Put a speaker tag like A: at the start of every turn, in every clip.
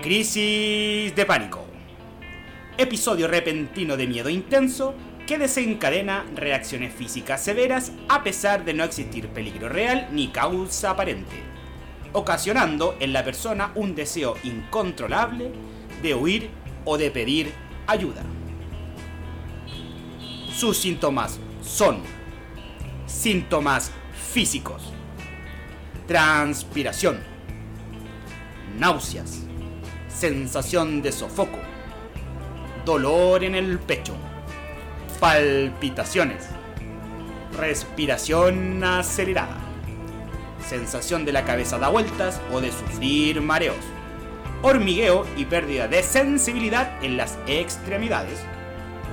A: Crisis de pánico. Episodio repentino de miedo intenso que desencadena reacciones físicas severas a pesar de no existir peligro real ni causa aparente, ocasionando en la persona un deseo incontrolable de huir o de pedir ayuda. Sus síntomas son síntomas físicos, transpiración, náuseas, sensación de sofoco, dolor en el pecho, palpitaciones, respiración acelerada, sensación de la cabeza da vueltas o de sufrir mareos, hormigueo y pérdida de sensibilidad en las extremidades,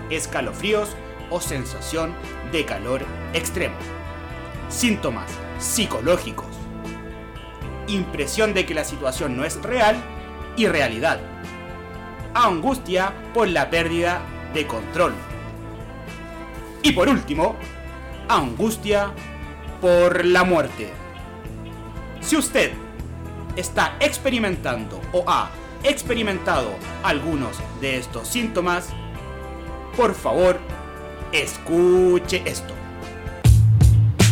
A: escalofríos o sensación de calor extremo, síntomas psicológicos, impresión de que la situación no es real y realidad, angustia por la pérdida de control. Y por último, angustia por la muerte. Si usted está experimentando o ha experimentado algunos de estos síntomas, por favor, escuche esto.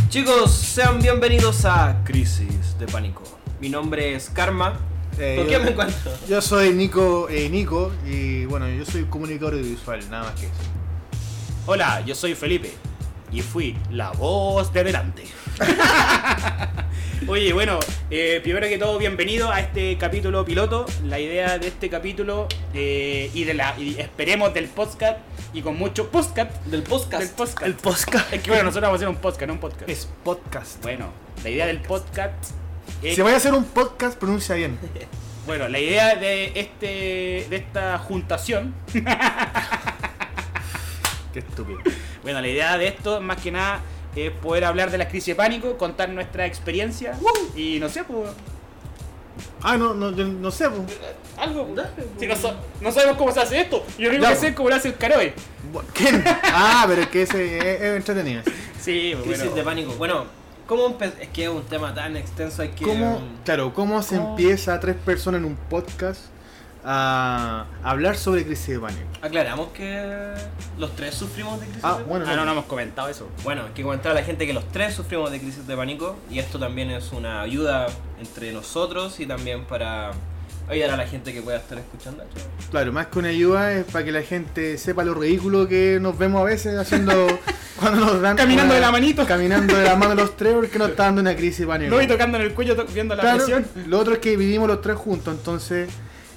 B: Chicos, sean bienvenidos a Crisis de Pánico. Mi nombre es Karma.
C: Eh,
B: ¿Con
C: yo-
B: quién me encuentro?
C: Yo soy Nico, eh, Nico y bueno, yo soy comunicador audiovisual, nada más que eso.
A: Hola, yo soy Felipe y fui la voz de delante. Oye, bueno, eh, primero que todo, bienvenido a este capítulo piloto. La idea de este capítulo eh, y de la y esperemos del podcast y con mucho podcast
B: Del
A: del
B: podcast.
A: podcast.
C: podcast.
A: Es que bueno, nosotros vamos a hacer un podcast, no un podcast.
C: Es podcast.
A: Bueno, la idea del podcast es
C: Si voy a hacer un podcast, pronuncia bien.
A: Bueno, la idea de este de esta juntación,
C: Qué estúpido.
A: bueno, la idea de esto más que nada es poder hablar de las crisis de pánico, contar nuestra experiencia y no sé, pues
C: Ah, no, no, yo no sé. po.
A: algo. pues.
B: Dale,
A: Si no, sa- no sabemos cómo se hace esto, y lo único
C: Ya,
A: que
C: pues.
A: sé es cómo lo hace el Caroe.
C: Bueno, ¿Quién? Ah, pero es que ese es, es entretenido.
A: Sí, pues,
B: Crisis
A: bueno.
B: de Pánico. Bueno, ¿cómo empe- Es que es un tema tan extenso. Hay que. um,
C: ¿Cómo, claro, ¿cómo se
A: ¿Cómo?
C: empieza a tres personas en un podcast a hablar sobre crisis de pánico?
B: Aclaramos que los tres sufrimos de crisis
C: Ah,
B: de pánico.
C: bueno,
A: Ah, no, no hemos comentado eso.
B: Bueno, hay que comentar a la gente que los tres sufrimos de crisis de pánico. Y esto también es una ayuda entre nosotros y también para ayudar a la gente que pueda estar escuchando.
C: Claro, más que una ayuda es para que la gente sepa lo ridículo que nos vemos a veces haciendo cuando nos dan
A: Caminando
C: una-
A: de la manito.
C: caminando de la mano los tres porque nos está dando una crisis de pánico.
A: No y tocando en el cuello, to- viendo la
C: pues. Claro,
A: presión.
C: lo otro es que vivimos los tres juntos, entonces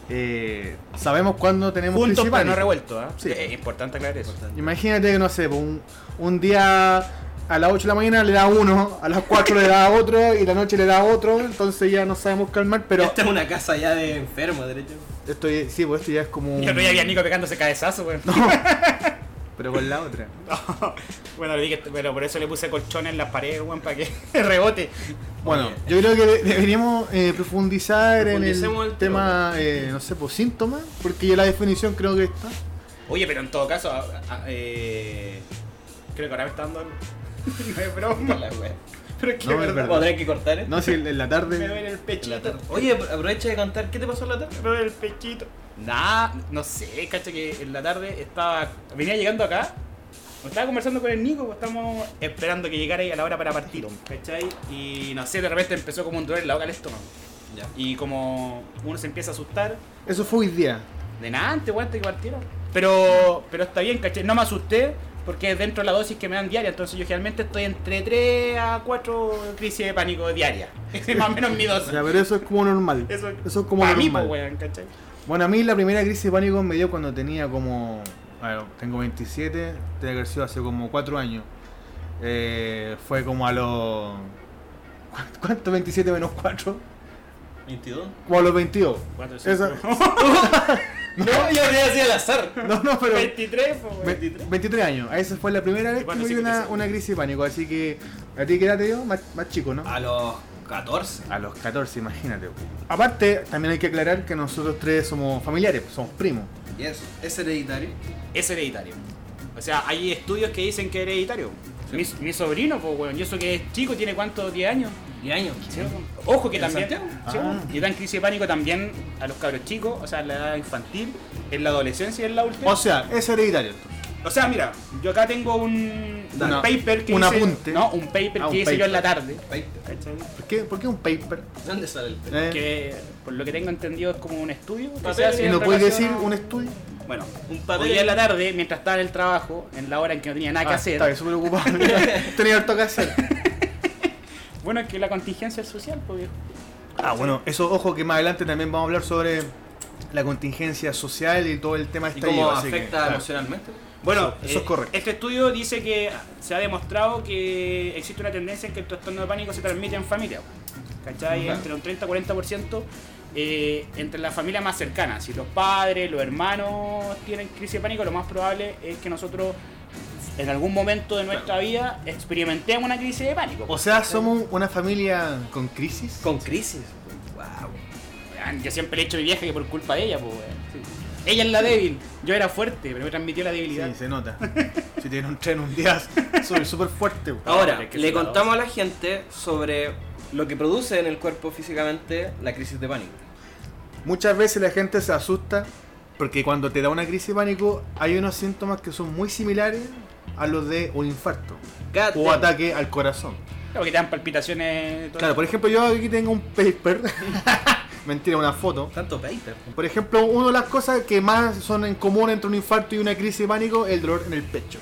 C: eh, sabemos cuándo tenemos
A: Juntos
C: crisis de
A: pero no
C: pánico.
A: revuelto, ¿ah?
C: Sí.
A: Es importante aclarar eso.
C: Imagínate que no sé, pues, un, un día a las 8 de la mañana le da a uno, a las 4 le da a otro y la noche le da a otro, entonces ya no sabemos calmar, pero
B: Esta es una casa ya de enfermos, derecho.
C: esto, ya- sí, pues esto ya es como un-
A: Yo no había Nico pegándose cabezazo, weón.
C: pero con la otra.
A: Bueno, le dije, pero por eso le puse colchones en las paredes, weón, para que rebote.
C: Bueno, yo creo que de- deberíamos eh, profundizar en el
B: Profundicemos el
C: tema, eh, no sé, pues síntomas, porque ya la definición creo que está.
A: Oye, pero en todo caso, a- a- eh, creo que ahora me está dando. No es broma,
B: La wea.
A: pero es que
C: No,
A: es verdad.
C: es verdad.
B: Vamos a tener que cortar, ¿eh?
C: No, si en en la
A: Me duele
C: tarde.
A: el pechito.
B: tarde. Oye, aprovecha de contar, ¿qué te pasó en la tarde?
A: Me duele el pechito. Nah, no sé, cacha que en la tarde estaba. Venía llegando acá. Estaba conversando con el Nico, pues, estamos esperando que llegara ahí a la hora para partir, ¿cachai? Y no sé, de repente empezó como un dolor en la boca al estómago.
B: Ya.
A: Y como uno se empieza a asustar,
C: Eso fue hoy día.
A: De nada, antes, weón, antes que partiera. Pero, pero está bien, caché. No me asusté porque es dentro de la dosis que me dan diaria. Entonces yo generalmente estoy entre 3 a 4 crisis de pánico diaria. Es más o menos mi dosis.
C: Ya, pero eso es como normal. Eso,
A: Eso-
C: es como
A: Pa'
C: lo
A: mí,
C: normal.
A: po, weón, ¿cachai?
C: Bueno, a mí la primera crisis de pánico me dio cuando tenía como. A ver, tengo 27, tenía que haber sido hace como 4 años. Eh, fue como a los. ¿cu- ¿Cuánto? 27 menos 4?
B: 22.
C: Como a los 22.
A: Cuatro, cinco.
C: Esa-
B: No, yo te decía al azar.
C: no, no, pero.
A: 23, po, pues, weón.
C: 23. años. A esa fue la primera vez que
A: Igual no
C: me
A: sé
C: dio
A: qué
C: una,
A: sea.
C: una crisis de pánico. Así que, ¿a ti qué edad te dio? Más, más chico, ¿no?
B: A los 14.
C: A los 14, imagínate. Aparte, también hay que aclarar que nosotros tres somos familiares, somos primos.
B: Yes. Es hereditario.
A: Es hereditario. O sea, hay estudios que dicen que es hereditario. Mi, mi sobrino, pues, weón, y eso que es chico, tiene cuánto, 10 años.
B: ¿Y años?
A: Sí, Ojo que
B: ¿En
A: también.
B: Santiago?
A: sí, pues,
C: Ah.
A: Y dan crisis de pánico también a los cabros chicos, o sea, en la edad infantil, en la adolescencia y en la última.
C: O sea, es hereditario.
A: O sea, mira, yo acá tengo un, un
C: Una-
A: paper que
C: un
A: hice-
C: apunte.
A: No, un paper
C: Ah, un
A: que hice yo
C: paper.
A: en la tarde.
B: Paper.
A: ¿cachai?
C: ¿Por qué, por qué un paper?
B: ¿Dónde sale el paper?
C: Eh,
A: Que por lo que tengo entendido es como un estudio. que se
B: Papel.
A: hace
C: ¿Y
A: en
C: no puedes decir
A: relación a-
C: un estudio?
A: Bueno,
B: Un
A: hoy
B: papel.
A: día en la tarde, mientras estaba en el trabajo, en la hora en que no tenía nada que
C: Ah,
A: hacer.
C: Estaba súper ocupado. Tenía harto que hacer.
A: Bueno, es que la contingencia es social, pues viejo.
C: Ah, bueno, eso, ojo que más adelante también vamos a hablar sobre la contingencia social y todo el tema
B: ¿Y
C: estallido.
B: cómo
C: así que,
B: afecta
C: claro.
B: emocionalmente?
A: Bueno,
C: Eso- eso es correcto.
A: este estudio dice que se ha demostrado que existe una tendencia en que el trastorno de pánico se transmite en familia. ¿Cachai?
B: Ujú.
A: Entre un 30-40%, eh, entre la familia más cercana. Si los padres, los hermanos tienen crisis de pánico, lo más probable es que nosotros en algún momento de nuestra vida experimentemos una crisis de pánico. Pues,
C: O sea, somos una familia con crisis.
B: Con crisis. Wow.
A: Weón, Yo siempre le he hecho a mi vieja que por culpa de ella, pues, weón. Ella es la débil, yo era fuerte, pero me transmitió la
C: Sí,
A: debilidad.
C: se nota. si tiene un tren un día, soy súper fuerte. güey.
B: Ahora,
A: Pero es que
B: le
A: son las
B: contamos a la gente sobre lo que produce en el cuerpo físicamente la crisis de pánico.
C: Muchas veces la gente se asusta porque cuando te da una crisis de pánico hay unos síntomas que son muy similares a los de un infarto
B: Cada
C: o ataque al corazón.
A: Claro, que te dan palpitaciones. todo
C: Claro, por ejemplo, yo aquí tengo un paper, mentira, una foto.
B: Tanto paper.
C: Por ejemplo, una de las cosas que más son en común entre un infarto y una crisis de pánico es el dolor en el pecho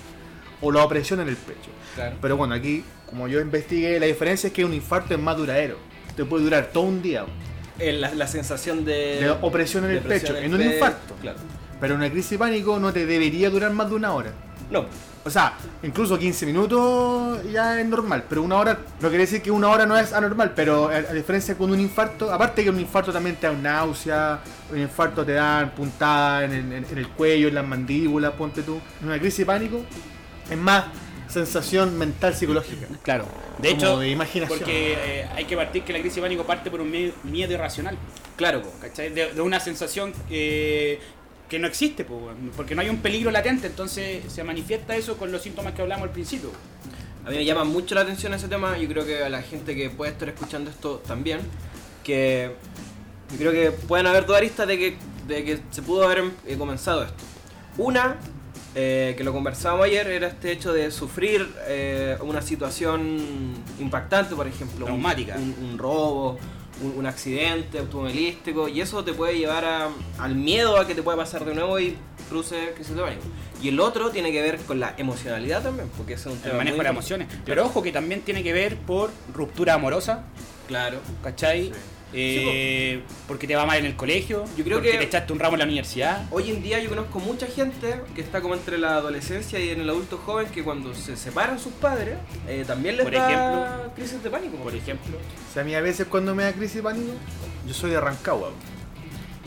C: o la opresión en el pecho.
B: Claro.
C: Pero bueno, aquí, como yo investigué, la diferencia es que un infarto es más duradero. Te puede durar todo un día.
B: Eh, la, la sensación de,
C: De opresión en el
B: depresión el
C: pecho, en un
B: pe-
C: infarto.
B: Claro.
C: Pero una crisis de pánico no te debería durar más de una hora.
B: No,
C: O sea, incluso 15 minutos ya es normal, pero una hora no quiere decir que una hora no es anormal, pero a, a diferencia con un infarto, aparte que un infarto también te da náusea, un infarto te dan puntada en, el- en el cuello, en las mandíbulas, ponte tú. Una crisis de pánico es más sensación mental psicológica.
A: Claro. De
C: Como
A: hecho,
C: de imaginación.
A: porque eh, hay que partir que la crisis de pánico parte por un mie- miedo irracional,
B: claro. po.
A: ¿cachai? De, de una sensación eh, que no existe, po, weón, porque no hay un peligro latente, entonces se manifiesta eso con los síntomas que hablamos al principio.
B: A mí me llama mucho la atención ese tema. Yo creo que a la gente que puede estar escuchando esto también, que yo creo que pueden haber dos aristas de que, de que se pudo haber eh, comenzado esto. Una, eh, que lo conversábamos ayer, era este hecho de sufrir eh, una situación impactante, por ejemplo, un-
A: Traumática.
B: Un, un robo, un, un accidente automovilístico, y eso te puede llevar a- al miedo a que te pueda pasar de nuevo y produce crisis de pánico. Y el otro tiene que ver con la emocionalidad también, porque ese es un
A: El
B: tema
A: manejo
B: muy
A: de las
B: importante.
A: emociones. Pero ojo que también tiene que ver por ruptura amorosa,
B: Claro.
A: ¿cachai? Eh, porque te va mal en el colegio,
B: Yo creo
A: porque
B: que-
A: te echaste un ramo en la universidad.
B: Hoy en día yo conozco mucha gente que está como entre la adolescencia y en el adulto joven que cuando se separan sus padres eh, también les
A: Por
B: da crisis de pánico.
A: Por ejemplo,
C: O sea, a mí a veces cuando me da crisis de pánico, yo soy de Rancagua.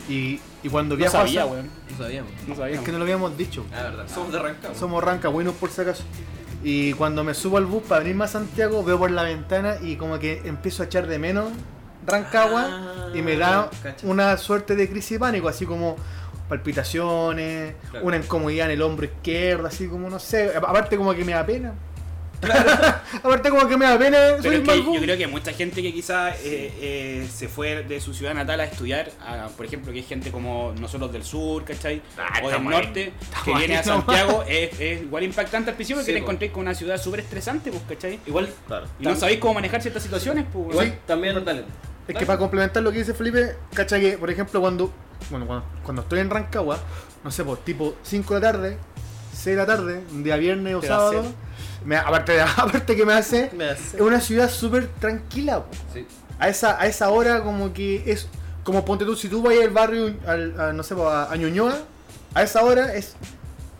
C: Y, y cuando
A: no
C: viajo a
A: sabía,
C: San-
A: weón.
B: No sabíamos.
A: No sabía.
C: Es que no lo habíamos dicho.
B: Ah, verdad. Somos de Rancagua.
C: Somos rancagüinos por si acaso. Y cuando me subo al bus para venirme a Santiago, veo por la ventana y como que empiezo a echar de menos Rancagua
B: Ah,
C: y me da
B: cacha.
C: una suerte de crisis de pánico, así como palpitaciones,
B: Claro.
C: una incomodidad en el hombro izquierdo, así como no sé, a- aparte como que me da pena. aparte como que me da pena, soy
A: Pero es
C: un
A: que
C: mal
A: yo
C: bus.
A: creo que mucha gente que quizá eh, eh, se fue de su ciudad natal a estudiar, a, por ejemplo, que es gente como nosotros del sur, ¿cachai?
B: Ah,
A: o del
B: estamos
A: norte, que
C: ahí
A: viene a
C: nomás.
A: Santiago, es, es igual impactante al principio
B: Sí,
A: que te
B: po.
A: encontré con una ciudad súper estresante, pues, ¿cachai?
B: Igual,
A: Y no sabéis cómo manejar ciertas situaciones, pues.
B: igual
A: weón.
B: también dale.
C: Es que para complementar lo que dice Felipe, cacha que, por ejemplo, cuando, bueno, cuando, cuando estoy en Rancagua, no sé, pues tipo 5 de la tarde, 6 de la tarde, un día viernes o
A: Te da
C: sábado,
A: sed.
C: me, aparte, de- aparte que me hace,
B: Me
C: es una ciudad súper tranquila. po.
B: Sí.
C: A esa, a esa hora como que es, como ponte tú, si tú vas al barrio, al, a, no sé, pues, a, a Ñuñoa, a esa hora es,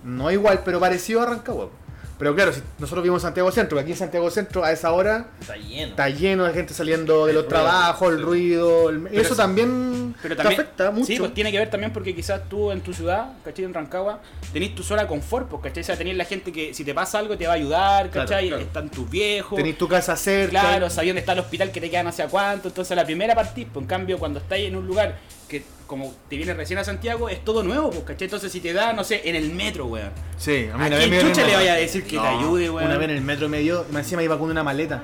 C: no igual, pero parecido a Rancagua. po. Pero claro, si nosotros vivimos en Santiago Centro, que aquí en Santiago Centro a esa hora
B: Está lleno.
C: está lleno de gente saliendo de
B: El
C: los
B: ruido,
C: trabajos,
B: sí.
C: el ruido, el- eso
A: sí.
C: también,
A: Pero
C: te
A: también,
C: afecta mucho.
A: Sí, pues tiene que ver también porque quizás tú en tu ciudad, ¿cachai? En Rancagua, tenés tu sola confort, pues, ¿cachai? O sea, tenés la gente que si te pasa algo te va a ayudar,
C: Claro,
A: ¿cachai?
B: claro.
A: Están tus viejos.
C: Tenés tu casa cerca.
A: Claro, sabía dónde está el hospital que te queda no sé a cuánto. Entonces, a la primera partís, pues, en cambio, cuando estáis en un lugar que, como te vienes recién a Santiago, es todo nuevo, pues, ¿cachai? Entonces, si te da, no sé, en el metro, weón.
C: Sí, a mí
A: ¿A
C: una vez
A: quién
C: me dio en el
A: chucha le
C: metro.
A: vaya a decir que te ayude, weón?
C: Una vez en el metro me dio, y encima iba con una maleta.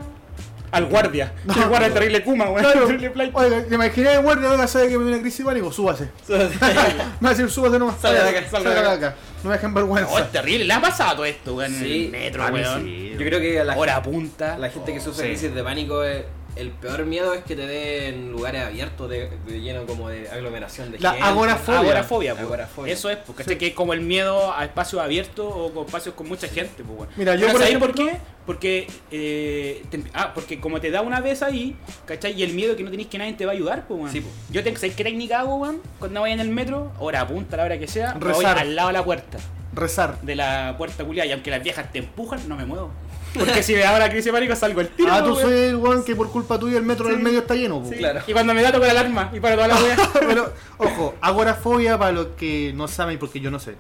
A: al guardia. Que el guardia es terrible Kuma, weón.
C: Claro.
A: Terrible flight.
C: Oiga, ¿te imaginas el guardia ahora sabe que me viene una crisis de pánico? Súbase. Me va a decir, súbase nomás.
B: Salga de acá,
A: salga de acá.
C: No me dejen
A: Oh, es
C: vergüenza.
A: terrible. Le ha pasado todo esto, weón. en
B: Sí,
A: el metro,
B: a mí
A: weón.
B: sí. Yo creo que a la,
A: Hora punta.
B: la gente que sufre
A: Sí.
B: crisis de pánico, eh, el peor miedo es que te den lugares abiertos, de, de lleno como de aglomeración de
C: La
B: gente.
C: agorafobia.
A: Agorafobia, pues.
B: Agorafobia.
A: Eso es, porque este que es como el miedo a espacios abiertos o con espacios con mucha gente, pues, bueno.
C: Mira, yo,
A: Pero
C: por
A: ¿sabéis
C: ejemplo-
A: por qué? Porque, eh, te- ah, porque como te da una vez ahí, ¿cachai? Y el miedo que no tenéis que nadie te va a ayudar, pues, weón.
B: Sí, po.
A: Yo tengo que qué técnica hago, weón, cuando vaya en el metro, hora a punta, la hora que sea, me voy
C: Rezar.
A: al lado de la puerta,
C: Rezar.
A: de la puerta culiada, y aunque las viejas te empujan, no me muevo. Porque si me da una crisis de pánico salgo el tiro.
C: Ah,
A: po,
C: tú
A: weón.
C: soy el weón que por culpa tuya el metro
A: Sí.
C: del medio está lleno. po.
A: Sí.
B: claro.
A: Y cuando me da toco la alarma y para toda la wea.
C: Pero, ojo, agorafobia para los que no saben, porque yo no sé.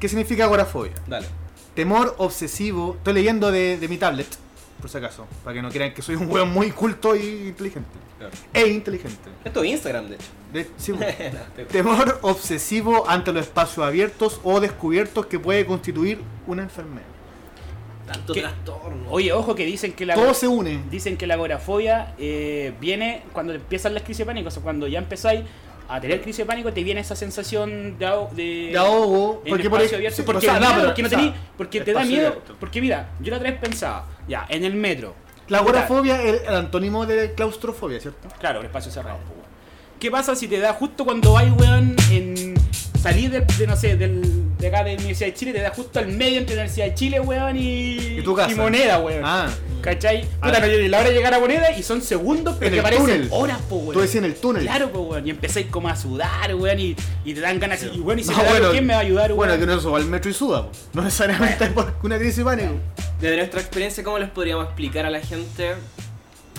C: ¿Qué significa agorafobia?
B: Dale.
C: Temor obsesivo. Estoy leyendo de, de mi tablet, por si acaso, para que no crean que soy un weón muy culto e inteligente.
B: Claro.
C: E inteligente.
B: Esto es Instagram, de hecho.
C: De- sí, weón.
B: No, te-
C: Temor obsesivo ante los espacios abiertos o descubiertos que puede constituir una enfermedad.
B: Tanto
A: ¿Qué?
B: trastorno.
A: Oye, ojo que dicen que la
C: Todo se une.
A: Dicen que la agorafobia eh, viene cuando empiezan las crisis de pánico, o sea, cuando ya empezáis a tener crisis de pánico, te viene esa sensación de, aho- de,
C: De ahogo.
A: en
C: Porque, por
A: espacio
C: ej-
A: abierto,
C: sí,
A: porque,
C: o sea,
A: el
C: no,
A: miedo,
C: pero,
A: porque no
C: o sea,
A: tenís- porque te da
C: espacio
A: miedo,
C: abierto.
A: porque mira, yo la otra vez pensaba, ya, en el metro,
C: La agorafobia es el antónimo de claustrofobia, ¿cierto?
A: claro, el espacio cerrado, pues, weón. ¿qué pasa si te da justo cuando vais, weón, en salir del- de, no sé, del, de acá de la Universidad de Chile, te da justo al medio entre la Universidad de Chile, weón, y,
C: Y tu casa.
A: moneda, weón?
C: Ah,
A: ¿Cachai?
C: Ah.
A: Puta, no, yo- la hora de llegar a moneda y son segundos, pero
C: En
A: te
C: el
A: parecen
C: túnel.
A: horas, po, weón.
C: tú decías en el túnel.
A: Claro, pues, weón. Y empezáis como a sudar, weón. Y, y te dan ganas. Y, weón, y si
C: No,
A: te da algo, ¿quién me va a ayudar, weón?
C: Bueno, que no se va al metro y suda, po. No necesariamente es porque una crisis de pánico.
B: Desde nuestra experiencia, ¿cómo les podríamos explicar a la gente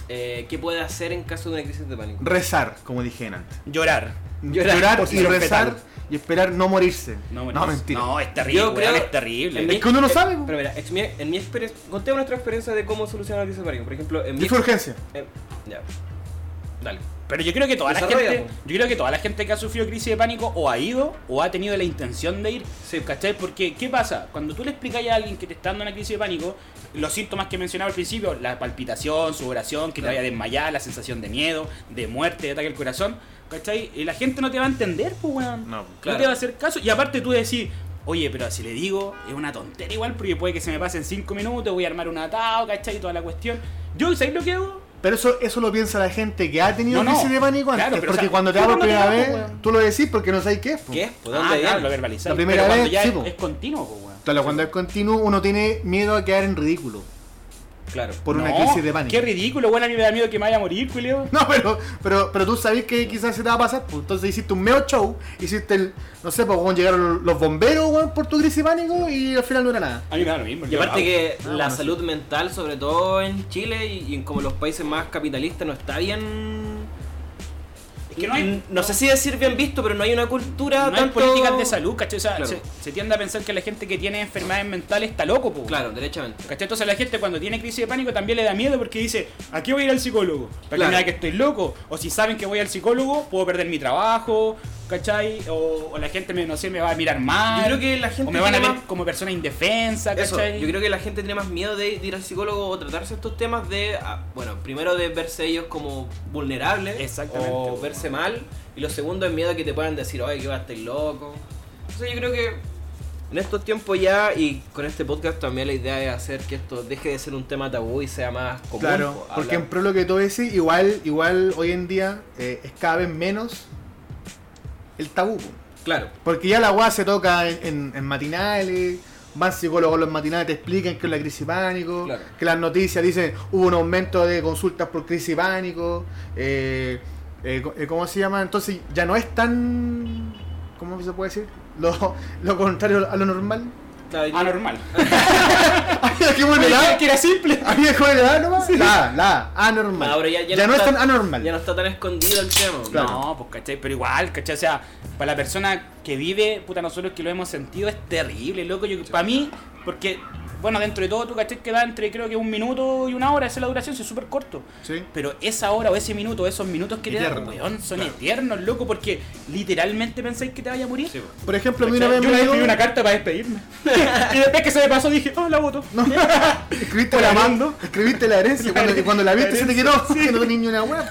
B: eh, qué puede hacer en caso de una crisis de pánico?
C: Rezar, como dije antes.
A: Llorar.
B: Llorar
C: Llorar,
A: por
C: y
A: si los
C: rezar
A: petales.
C: y esperar no morirse.
A: No,
C: No,
A: bueno,
C: mentira.
A: No, es terrible,
B: Yo
A: weón.
B: creo-
A: Es terrible.
B: en
C: Es que uno no
B: eh,
C: sabe, po.
B: Pero mira, es mi- en mi experiencia, conté nuestra experiencia de cómo solucionar la crisis de pánico. Por ejemplo, en mi.
C: Yo fui a urgencia.
B: eh, ya. Dale.
A: Pero yo creo que toda la
B: Desarrolla,
A: gente,
B: po.
A: yo creo que toda la gente que ha sufrido crisis de pánico o ha ido o ha tenido la intención de ir,
B: Sí.
A: ¿cachai? Porque ¿qué pasa? Cuando tú le explicas a alguien que te está dando una crisis de pánico, los síntomas que mencionaba al principio, la palpitación, sudoración, que te
B: Claro.
A: vaya a desmayar, la sensación de miedo, de muerte, de ataque al corazón, ¿cachai? Y la gente no te va a entender, pues weón.
C: No,
A: No
B: claro.
A: te va a hacer caso. Y aparte tú decís, oye, pero si le digo, es una tontería igual, porque puede que se me pasen 5 minutos, voy a armar un atado, ¿cachai? Toda la cuestión. Yo, ¿sabéis lo que hago?
C: Pero eso, eso lo piensa la gente que ha tenido
A: No, no.
C: crisis de pánico antes.
A: Claro, pero,
C: porque
A: o sea,
C: cuando te
A: tú
C: da por
A: no te
C: primera
A: das,
C: vez,
A: pues, weón.
C: tú lo decís porque no sabéis qué es. po.
B: ¿Qué? ¿Por
A: ah,
B: dónde viene?
A: claro, lo verbalizáis.
C: La primera
A: pero cuando
C: vez,
A: ya
C: sí,
A: es,
C: po.
A: es continuo, pues, weón.
C: Claro, cuando es continuo, uno tiene miedo a quedar en ridículo
B: Claro.
C: por una
A: No,
C: crisis de pánico.
A: Qué ridículo, weón. A mí me da miedo que me vaya a morir, culeo.
C: No, pero, pero, pero tú sabes que quizás se te va a pasar, pues. Entonces hiciste un meo show, hiciste el. No sé, pues weón, llegaron los bomberos, weón, por tu crisis de pánico y al final no era nada.
A: A mí me da lo mismo.
B: Y
A: yo lo
B: aparte
A: hago.
B: que
C: Ah,
B: la
C: bueno,
B: salud mental, sobre todo en Chile y, y en como los países más capitalistas, no está bien. mm,
A: Es que no hay-
B: no sé si decir bien visto, pero no hay una
A: No
B: cultura
A: hay
B: tanto-
A: políticas de salud, ¿cachai? O sea,
B: Claro.
A: se, se tiende a pensar que la gente que tiene enfermedades mentales está loco, pues.
B: Claro, derechamente.
A: ¿Cachai? Entonces la gente cuando tiene crisis de pánico también le da miedo porque dice, ¿a qué voy a ir al psicólogo? ¿Para
B: Claro.
A: que me diga que estoy loco? O si saben que voy al psicólogo, puedo perder mi trabajo, ¿cachai? O, o la gente, me, no sé, me va a mirar mal.
B: Yo creo que la gente
A: O me van a
B: tiene
A: ver
B: más-
A: como persona indefensa,
B: Eso,
A: ¿cachai?
B: yo creo que la gente tiene más miedo de, de ir al psicólogo o tratarse estos temas de, ah, bueno, primero de verse ellos como vulnerables
A: Exactamente,
B: o
A: bueno.
B: verse mal y lo segundo es miedo a que te puedan decir, oye, que vas a estar loco. Entonces yo creo que en estos tiempos ya y con este podcast también la idea es hacer que esto deje de ser un tema tabú y sea más común.
C: Claro,
B: po,
C: porque en
B: hablar.
C: pro lo que tú decís, igual, igual hoy en día eh, es cada vez menos el tabú. po.
B: Claro,
C: Porque ya la weá se toca en, en- en matinales, van psicólogos a los matinales, te explican que es la crisis de pánico,
B: Claro.
C: que las noticias dicen hubo un aumento de consultas por crisis de pánico, eh, eh, co- eh, ¿cómo se llama? Entonces ya no es tan, ¿cómo se puede decir? Lo, lo contrario a lo normal.
B: claro, y-
A: Anormal.
C: Qué buena edad.
A: que era simple.
C: ¿A mí me dejó de edad nomás? Ah, La, la, anormal.
B: ahora ya, ya
C: no, es tan anormal.
B: Ya no está tan escondido el tema.
C: Claro.
A: No, pues cachai, pero igual, cachai, o sea, para la persona que vive, puta, nosotros que lo hemos sentido es terrible, loco. Yo, Para mí, porque Bueno, dentro de todo, tú caché que da entre creo que un minuto y una hora, esa es la duración, si es súper corto.
C: Sí.
A: Pero esa hora o ese minuto, esos minutos que te dan,
C: Eterno.
A: weón, son eternos, loco, porque literalmente pensáis que te vaya a morir.
B: Sí, pues. po.
C: Por ejemplo, a mí una vez
A: yo
C: me
A: le
C: llegó-
A: escribí una carta para despedirme. y después que se me pasó dije, oh, la voto.
C: No. Escribiste
A: Por
C: la
A: amando.
C: herencia, escribiste la herencia.
A: La
C: Cuando,
A: herencia.
C: cuando la viste
A: La
C: se te quedó. Que no tenía ni una web.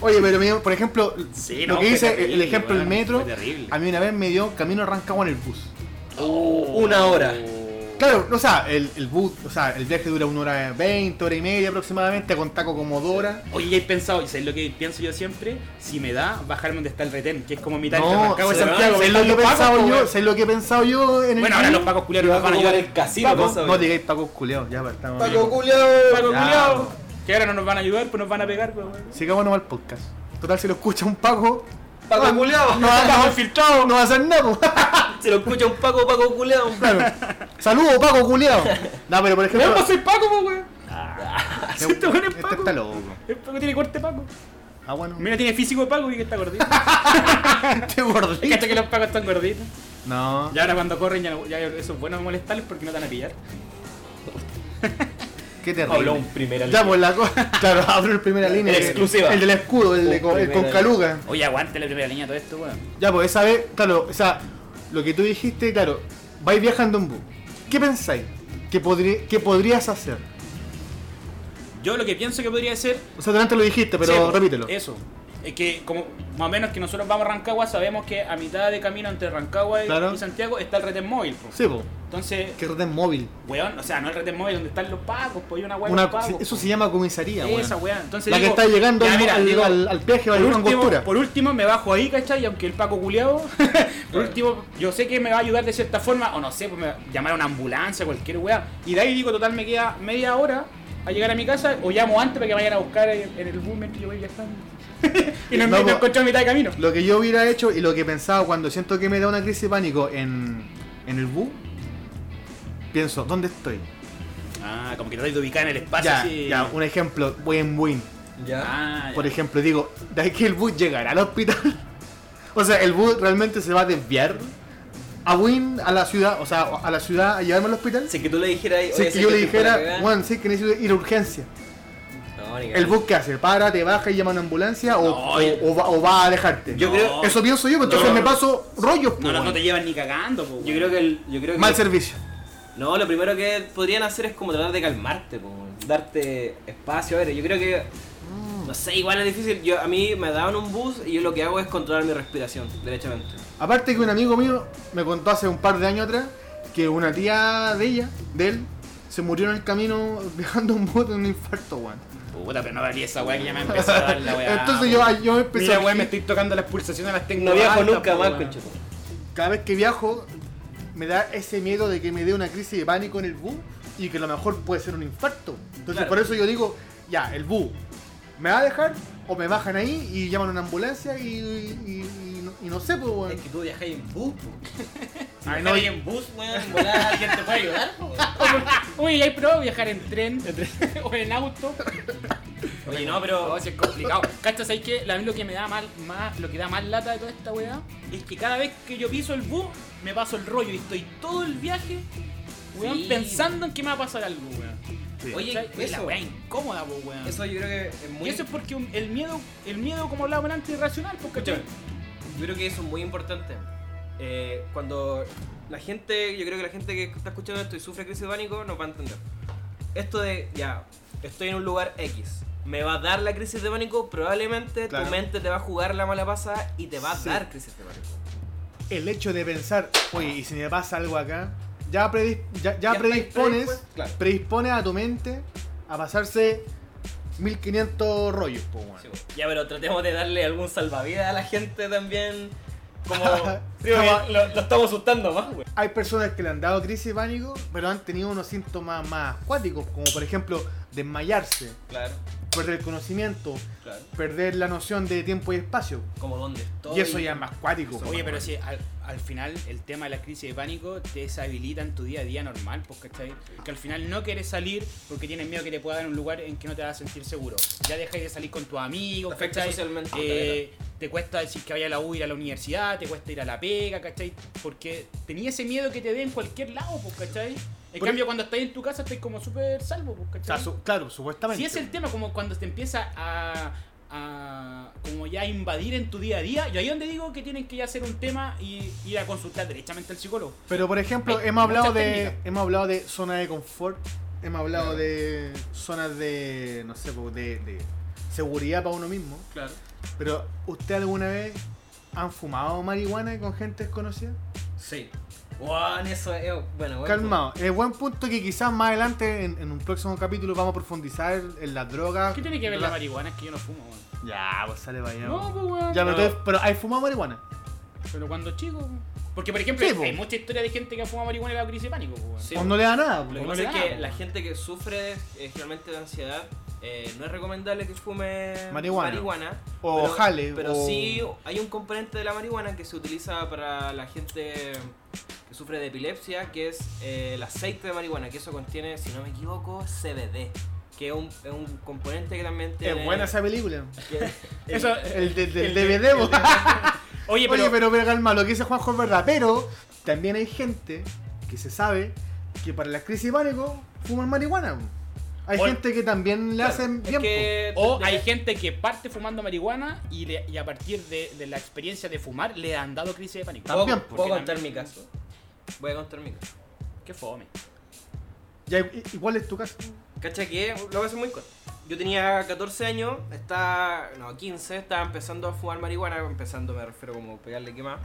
C: Oye, pero mira, por ejemplo,
A: Sí,
C: lo
A: no,
C: que
A: fue
C: dice el
A: terrible,
C: ejemplo del
A: weón,
C: metro,
A: fue terrible.
C: a mí una vez me dio camino a Rancagua en el bus.
B: una hora.
A: Oh.
C: Claro, o sea, el, el bus, o sea, el viaje dura una hora veinte, hora y media aproximadamente, con taco como dos horas.
A: Oye, ya he pensado, y ¿sabes lo que pienso yo siempre? Si me da, bajarme donde está el retén, que es como mitad entre
C: No,
A: Rancagua y
B: se
A: Santiago.
B: van,
A: me
C: es lo
A: están
C: que
A: los
C: he
A: pacos,
C: pensado
A: po,
C: yo,
A: weón.
C: es lo que he pensado yo en el
A: Bueno, ahora los pacos culiados nos van a
B: Como
A: ayudar.
B: en el casino,
A: Paco,
B: cosa,
C: No digáis tacos culeados, ya pues, estamos.
B: Paco
C: bien.
A: Paco
B: Julio.
C: Ya,
A: culiao,
C: po.
A: Que ahora no nos van a ayudar, pues nos van a pegar, pues, weón.
C: Sigamos nomás el podcast. Total, si lo escucha un Paco,
B: Paco
C: no,
B: culiao.
C: no, va- no va- no va a hacer nada. po.
B: Se lo escucha un Paco, Paco Culeado.
C: Claro. Saludos, Paco culiao. No, pero por ejemplo.
A: Veamos, soy Paco, pues, weón.
C: Este-
A: Este weón es
C: este
A: Paco.
C: está loco.
A: El Paco tiene corte Paco.
C: Ah, bueno.
A: Mira, tiene físico de Paco y que está gordito.
C: Este gordito.
A: Cacha que los Pacos están gorditos.
C: No.
A: Y ahora cuando corren, ya, no- ya eso es bueno molestarles porque no te van a pillar.
C: Qué
B: Habló
C: terrible.
B: un primer
C: Ya, pues la cosa. Claro, abro el primera línea.
B: El
C: que-
B: exclusiva.
C: El del escudo,
A: Uh,
C: el, de, co- el con
B: Primera
C: caluga.
A: Oye, aguante la primera línea todo esto, weón.
C: Ya, pues esa vez, claro, o sea, lo que tú dijiste, claro, vais viajando en bus. ¿Qué pensáis? ¿Qué, podri- qué podrías hacer?
A: Yo lo que pienso que podría ser
C: O sea, delante lo dijiste, pero
A: Sí, pues,
C: repítelo.
A: Eso. Es que como más o menos que nosotros vamos a Rancagua, sabemos que a mitad de camino entre Rancagua y,
C: Claro.
A: y Santiago está el retén móvil. po.
C: Sí, pues.
A: Entonces,
C: Que retén móvil.
A: weón, o sea, no el retén móvil donde están los pagos, pues hay una weá de
C: Una-
A: los pagos.
C: eso
A: po.
C: se llama comisaría, weón.
A: Esa weá. Entonces,
C: La que
A: digo,
C: está llegando
A: ya,
C: al,
A: mira,
C: al,
A: digo,
C: al, al peaje
A: por,
C: de la
A: último,
C: Angostura.
A: por último me bajo ahí, ¿cachai? Y aunque el Paco culeado, por último, yo sé que me va a ayudar de cierta forma, o no sé, pues me va a llamar a una ambulancia, cualquier weá. Y de ahí digo, total, me queda media hora a llegar a mi casa, o llamo antes para que me vayan a buscar en en el bus mientras yo voy viajando. y no,
C: No,
A: no,
C: po.
A: encontré a mitad de camino.
C: Lo que yo hubiera hecho y lo que pensaba cuando siento que me da una crisis de pánico en, en el bus, pienso, ¿dónde estoy?
A: Ah, como que tratáis de ubicar en el espacio.
C: Ya,
A: así.
C: ya, un ejemplo, voy en Win.
B: Ya.
A: Ah, ya.
C: Por ejemplo, digo, ¿de ahí que el bus llegará al hospital? o sea, ¿el bus realmente se va a desviar a Win, a la ciudad, o sea, a la ciudad a llevarme al hospital?
B: Si que tú le dijeras.
C: Si
B: oye,
C: es que
B: ¿sabes
C: yo le
B: te fue la
C: dijera,
B: cagada?
C: Juan, sí, que necesito ir a urgencia.
B: No, ni
C: ¿El
B: cagando.
C: bus qué hace? ¿Para, te baja y llama a una ambulancia o,
A: No,
C: o-
A: yo-
C: o va, o va a dejarte?
B: Yo creo.
C: Eso pienso yo, pero entonces
B: No.
C: me paso rollos, pues,
A: No, no, no
C: weón.
A: te llevan ni cagando, po,
B: Yo
A: weón.
B: creo que el. Yo creo que
C: Mal servicio.
B: No, lo primero que podrían hacer es como tratar de calmarte, po, weón. darte espacio. A ver, yo creo que. No sé, igual es difícil. Yo, a mí me daban un bus y yo lo que hago es controlar mi respiración, derechamente.
C: Aparte que un amigo mío me contó hace un par de años atrás que una tía de ella, de él, se murió en el camino viajando un bote de un infarto, weón.
A: Puta, pero no valía esa weá que ya me empezó a dar la weá.
C: Entonces yo, yo empecé
A: Mira,
C: a-
A: weón, me estoy tocando las pulsaciones, las tengo.
B: No viajo
A: altas,
B: nunca
A: po,
B: más,
A: weón.
B: conchetum.
C: cada vez que viajo me da ese miedo de que me dé una crisis de pánico en el bus y que a lo mejor puede ser un infarto. Entonces
B: Claro.
C: por eso yo digo, ya, el bus, ¿me va a dejar o me bajan ahí y llaman a una ambulancia y, y- y no, y no sé, pues, weón.
B: Es que tú viajáis en bus, po.
A: Ay,
B: no,
A: no,
B: y en bus, weón, volá, alguien te puede ayudar, po, weón.
A: Uy, ¿hay probado viajar en tren o en auto? Oye, no, pero es complicado. Cacha, ¿sabes qué? A mí lo que me da mal, más, lo que da más lata de toda esta weá es que cada vez que yo piso el bus, me paso el rollo y estoy todo el viaje, weón,
B: Sí.
A: pensando en que me va a pasar algo, weón.
B: Oye,
A: ¿Cachai? la
B: eso,
A: weá incómoda, po, weón.
B: eso yo creo que es muy.
A: Y eso es porque un- el miedo, el miedo como hablábamos antes, es irracional, porque
B: Escúchame, yo creo que eso es muy importante. Eh, cuando la gente, yo creo que la gente que está escuchando esto y sufre crisis de pánico nos va a entender. Esto de, ya, estoy en un lugar X, me va a dar la crisis de pánico, probablemente
C: Claro.
B: tu mente te va a jugar la mala pasada y te va a
C: Sí.
B: dar crisis de pánico.
C: El hecho de pensar, oye, y si me pasa algo acá, ya, predis- ya, ya
B: Ya
C: predispones,
B: estáis predispu- claro.
C: predispones a tu mente a pasarse 1500 rollos, pues, weón.
B: Sí, bueno. Ya, pero tratemos de darle algún salvavidas a la gente también. Como
C: Digo que
B: lo, estamos asustando más, güey.
C: Hay personas que le han dado crisis de pánico, pero han tenido unos síntomas más acuáticos, como por ejemplo desmayarse,
B: Claro,
C: perder el conocimiento,
B: claro.
C: perder la noción de tiempo y espacio.
B: Como dónde estoy.
C: Y eso ya es más acuático.
A: Oye, pero si al, al final el tema de la crisis de pánico te deshabilita en tu día a día normal, pues, ¿cachai? Que al final no quieres salir porque tienes miedo que te pueda dar un lugar en que no te vas a sentir seguro. Ya dejáis de salir con tus amigos,
B: Te afecta
C: Ah,
A: ¿cachai?
B: socialmente,
A: Eh,
D: te cuesta decir que vaya a la U, ir a la universidad, te cuesta ir a la pega, ¿cachai? Porque tenía ese miedo que te dé en cualquier lado, pues, ¿cachai? En
C: Por
D: cambio, cuando estás en tu casa, estás como súper salvo, pues,
C: O sea,
D: ¿cachai?
C: su- claro, supuestamente.
D: Sí, es el tema, como cuando te empieza a, a como ya invadir en tu día a día. Y ahí es donde digo que tienen que ya hacer un tema y ir a consultar directamente al psicólogo.
C: Pero por ejemplo,
D: Hay
C: hemos hablado
D: muchas
C: de
D: técnicas.
C: hemos hablado de zona de confort, hemos hablado de zonas de no sé, po, de, de seguridad para uno mismo.
B: Claro.
C: Pero ¿usted alguna vez han fumado marihuana con gente desconocida?
B: Sí. Juan, eso es. eh, Bueno, bueno.
C: Calmado, es buen punto que quizás más adelante en, en un próximo capítulo vamos a profundizar en las drogas.
D: ¿Qué tiene que ver la
C: Rela-
D: marihuana? Es que yo no fumo, weón.
C: Ya, pues sale para allá.
D: No,
C: po.
D: pues, weón.
C: ya, pero,
B: No.
C: tú- pero ¿hay fumado marihuana?
D: Pero cuando chico, weón. Porque, por ejemplo,
C: Sí, pues. po.
D: hay- hay mucha historia de gente que ha fumado marihuana y la crisis de pánico, pues, weón.
B: Sí.
C: ¿O no le da nada? po?
B: Lo
D: No
B: que pasa
D: le
B: es
D: da,
B: que
D: pues.
B: la gente que sufre eh, generalmente de ansiedad eh, no es recomendable que fume
C: Marihuana. O
B: pero,
C: jale,
B: Pero
C: o-
B: sí hay un componente de la marihuana que se utiliza para la gente que sufre de epilepsia, que es eh, el aceite de marihuana, que eso contiene, si no me equivoco, CBD, que es un, es un componente que también tiene...
C: Es buena esa película.
B: que-
D: Eso,
C: El, del del
D: el-
C: DVD, po.
D: oye, pero,
C: pues. Oye, pero, pero calma, lo que dice Juanjo es verdad, pero también hay gente que se sabe que para las crisis de pánico fuman marihuana. po. Hay
D: Oye,
C: gente que también le
B: claro,
C: hacen
B: es
C: bien.
B: que-
D: O
B: de-
D: hay gente que parte fumando marihuana y, le- y a partir de, de la experiencia de fumar le han dado crisis de pánico.
C: Ah,
B: ¿Puedo,
C: también,
B: puedo
D: porque
B: contar
D: también-
B: mi caso? Voy a contar mi caso.
D: Qué fome.
C: po. Ya, ¿y- y cuál es tu caso?
B: ¿Cacha que? Lo voy a hacer muy corto. Yo tenía 14 años, estaba. No, 15, estaba empezando a fumar marihuana, empezando me refiero como pegarle quemada.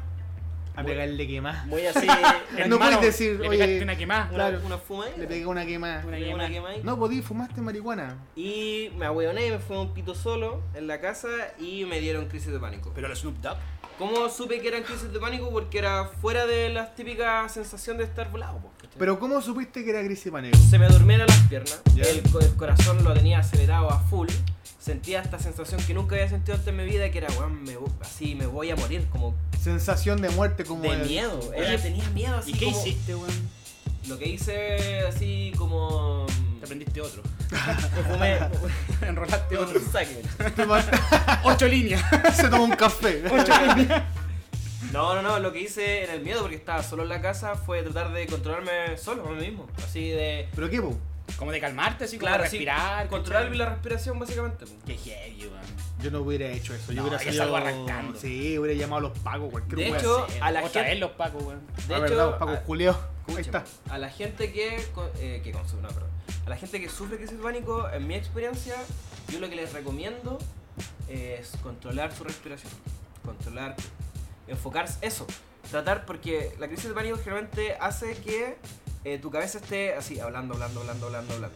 C: A pegarle quemada.
B: Muy así.
C: No
D: Hermano,
C: puedes decir,
D: le
C: oye,
D: pegaste una quemada.
B: una,
C: claro.
B: una fumadera.
C: Le pegué una quemada.
D: Una
B: Le pegué una
D: quemada.
B: quemada ahí.
C: No, podí, fumaste marihuana.
B: Y me ahueoné, me fumé un pito solo en la casa y me dieron crisis de pánico.
D: Pero la Snoop Dogg.
B: ¿Cómo supe que eran crisis de pánico? Porque era fuera de la típica sensación de estar volado. po, ¿cachai?
C: Pero ¿cómo supiste que era crisis de pánico?
B: Se me durmieron las piernas,
C: Ya.
B: el, co- el corazón lo tenía acelerado a full. Sentía esta sensación que nunca había sentido antes en mi vida, que era, weón, me vo- así me voy a morir, como
C: Sensación de muerte como
B: de
C: el-
B: miedo.
D: Oye,
B: Era, tenía miedo así.
D: ¿Y qué
B: como-
D: hiciste, weón?
B: Lo que hice así como.
D: Te aprendiste otro.
B: Me fumé
D: Enrolaste otro.
B: un saque.
D: Ocho líneas.
C: Se tomó un café.
B: No, no, no, lo que hice en el miedo, porque estaba solo en la casa, fue tratar de controlarme solo a mí mismo. Así de.
C: ¿Pero qué, po?
D: Como de calmarte, así como
B: Claro, sí,
D: respirar.
B: controlar
D: ¿cachai?
B: la respiración básicamente. po.
D: Qué heavy, weón.
C: Yo no hubiera hecho eso. Yo
D: No,
C: hubiera
D: ya salgo arrancando.
C: Sí, hubiera llamado a los pagos, cualquier
B: De
C: wea.
B: hecho, a la
D: Otra
B: gente-
D: vez los pacos, weón.
B: De
C: Ah,
B: hecho,
C: verdad, Paco
B: a-
C: Julio. Ahí
B: Escuchen,
C: está.
B: A la gente que, co- eh, que consume, no, perdón. A la gente que sufre crisis de pánico, en mi experiencia, yo lo que les recomiendo es controlar su respiración. Controlar, enfocarse, eso. Tratar, porque la crisis de pánico generalmente hace que eh, tu cabeza esté así, hablando, hablando, hablando, hablando, hablando.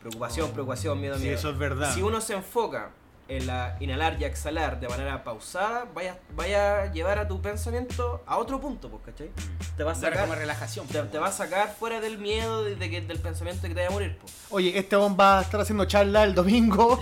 B: Preocupación, preocupación, miedo,
C: Oh. Sí,
B: miedo.
C: eso es verdad.
B: Si uno se enfoca en la inhalar y exhalar de manera pausada, vaya, vaya a llevar a tu pensamiento a otro punto, pues, ¿cachai?
C: Mm.
B: Te va a
D: Dar
B: sacar
D: como relajación.
B: te,
D: po,
B: te va a sacar fuera del miedo de, de que, del pensamiento de que te vaya a morir. po.
C: Oye, este bon va a estar haciendo charla el domingo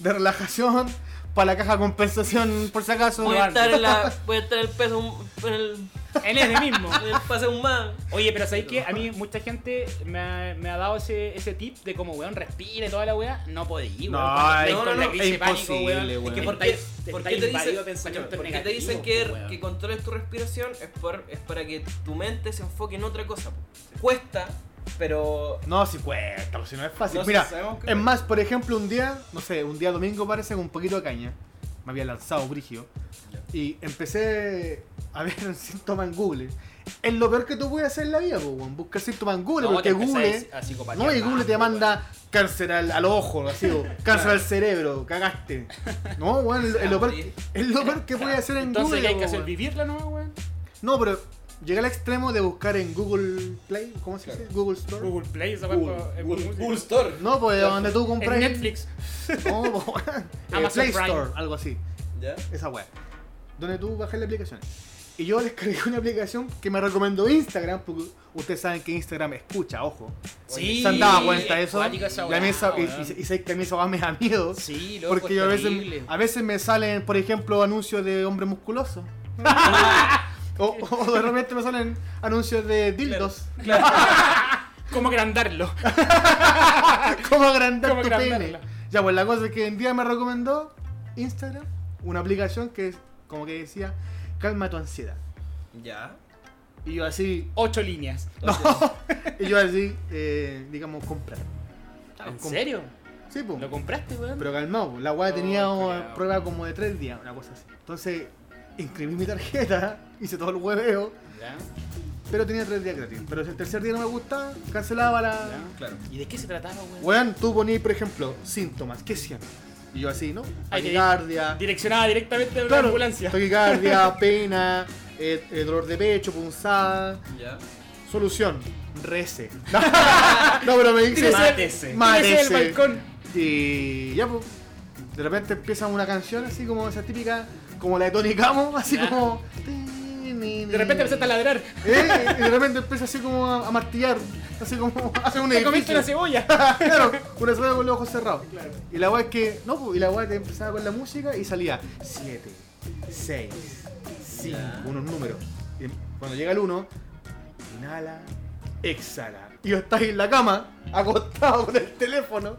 C: de relajación para la caja de compensación, por si acaso.
B: Voy a estar en la. Voy a estar el peso un- en el.
D: weón. En ese mismo.
B: En el pase un más.
D: Oye, pero ¿sabéis qué? A mí mucha gente me ha, me ha dado ese, ese tip de como, weón, respire toda la weá. No podéis, weón.
C: No,
D: Cuando-
C: es-
D: con la
C: no,
D: crisis
C: es
D: de pánico,
C: imposible, weón.
D: Es que
C: Te
D: por
B: porque,
D: qué
B: porque te dicen, escúchame,
D: ¿por
B: porque te dicen que, er- que controles tu respiración es, por, es para que tu mente se enfoque en otra cosa. po. Cuesta, pero.
C: No, si cuesta, pues, si no es fácil.
B: No,
C: Mira,
B: si sabemos que-
C: es más, por ejemplo, un día, no sé, un día domingo parece con un poquito de caña. Me había lanzado Brigio. Y empecé a ver un síntoma en Google. Es lo peor que tú puedes hacer en la vida, po, weón. Buscar síntomas en Google, porque Google. No, y Google te manda cáncer al, al ojo, así, o cáncer al cerebro, cagaste. No, weón, es lo- es lo peor, es lo peor que puedes hacer en
D: Entonces,
C: Google.
D: ¿qué hay que
C: weón.
D: hacer? ¿Vivirla nomás, weón?
C: No, pero llegué al extremo de buscar en Google Play, ¿cómo se dice? Google Store.
D: Google Play, esa weá
C: Google,
D: es
C: Google,
D: música.
B: Google Store.
C: No, pues donde tú compras.
D: En Netflix.
C: No, pues, weón. Eh,
D: Amazon
C: Play
D: Prime.
C: Store, algo así.
B: ¿Ya?
C: Esa weá. Donde tú bajas las aplicaciones. Y yo descargué una aplicación que me recomendó Instagram, porque ustedes saben que Instagram escucha, ojo.
D: Sí,
C: ¿Se han dado cuenta de
D: es
C: eso?
D: cuática esa
C: La
D: weá,
C: mesa- y,
D: weón.
C: y- y sé que a mí esa weá me da miedo.
D: Sí, loco,
C: Porque
D: es
C: yo a veces,
D: terrible.
C: a veces me salen, por ejemplo, anuncios de hombre musculoso. o, o de repente me salen anuncios de dildos.
D: ¿Cómo agrandarlo?
C: ¿Cómo agrandar
D: ¿Cómo
C: tu
D: agrandarla?
C: pene? Ya, pues la cosa es que en día me recomendó Instagram una aplicación que es, como que decía, calma tu ansiedad.
B: Ya.
C: Y yo así,
A: Ocho líneas.
B: Entonces,
C: y yo así, eh, digamos, comprar.
A: ¿En
C: com-
A: serio?
C: Sí, pues.
A: ¿Lo compraste, weón?
C: Pero calmado, po, la weá
B: Oh,
C: tenía
B: culiao.
C: una prueba como de tres días, una cosa así. Entonces, inscribí mi tarjeta, hice todo el hueveo,
A: Ya,
C: pero tenía tres días gratis. Pero si el tercer día no me gustaba, cancelaba la.
A: ya.
B: claro.
A: ¿Y de qué se trataba, weón?
C: Weón, tú ponías, por ejemplo, síntomas, ¿qué sientes? Y yo así, ¿no?
A: Ay, que-
C: Taquicardia,
A: Direccionada directamente a una
C: Claro,
A: ambulancia.
C: taquicardia, pena, eh, eh, dolor de pecho, punzada.
B: Ya.
C: Solución, rece. No, pero me dice.
A: Mátese.
C: Mátese.
A: Tírese del balcón.
C: Y ya, pues. De repente empieza una canción así como esa típica, como la de Tony Camo, así
A: Ya.
C: como.
A: De repente empezaste a ladrar.
C: Eh, y de repente empieza así como a, a martillar, así como hace un
A: Te comiste una
C: edificio.
A: cebolla.
C: Claro, una cebolla con los ojos cerrados. Y la weá es que. No, pues, y la weá te empezaba con la música y salía 7, 6, 5,
B: Ya.
C: unos números. Y cuando llega el 1, inhala, exhala. Y yo estás en la cama, acostado con el teléfono.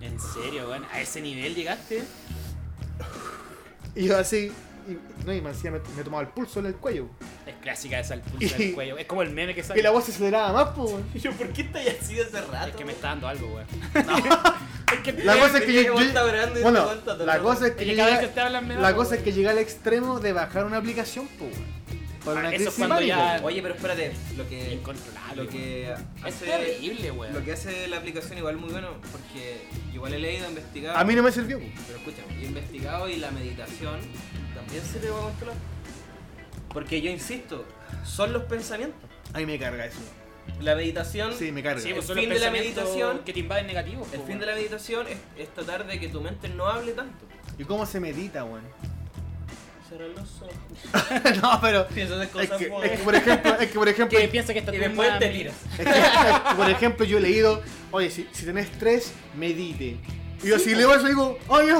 A: ¿En serio, weón? ¿A ese nivel llegaste?
C: Y yo así. Y, no, y me, encima me, me tomaba el pulso en el cuello.
A: Es clásica esa al pulso del cuello. Es como el meme que sale.
C: Y la voz se aceleraba más, pues. weón.
B: Yo, ¿por qué estoy así de hace rato?
A: Es que me está dando algo, weón. es que
C: La
A: es
C: cosa es que yo.
B: Llega,
C: yo-
B: está orando y
C: bueno,
B: te aguanta todo
C: la
B: el
C: cosa es que.
A: que
C: yo
A: cada vez
C: llegué-
A: que te hablan me da,
C: La cosa
A: weón.
C: es que llegué al extremo de bajar una aplicación, pues, weón. Para
A: Ah,
C: una
A: eso
C: crisis
A: es cuando
C: de
A: ya-
C: pánico.
B: Oye, pero espérate, lo que.
A: Incontrolable.
B: Eh, Ah, Lo que
A: weón. Es
B: hace.
A: terrible, weón.
B: Lo que hace la aplicación igual muy bueno, porque igual he leído, investigado.
C: A mí no me sirvió. pues. po.
B: Pero escúchame, he investigado y la meditación también sirve para controlar. Porque yo insisto, son los pensamientos.
C: A mí me carga eso.
B: La meditación.
C: Sí, me carga.
A: Sí,
B: El
A: pues son
B: fin
A: los
B: de la
A: pensamientos
B: meditación-
A: que te invaden negativos.
B: El
A: po,
B: fin
A: weón.
B: de la meditación es, es tratar de que tu mente no hable tanto.
C: ¿Y cómo se medita, weón?
B: Cerrar los ojos.
C: no, pero.
B: Piensas en
C: Es
B: cosas
C: que,
B: buenas.
C: es que, por ejemplo, es que por ejemplo,
A: Que piensa que está
B: Y
A: tu
B: después
A: mamá-
B: te tiras.
C: es que- es que, por ejemplo, yo he leído, oye, si, si tenés estrés, medite. Y yo si
A: pues.
C: leo eso digo, oye,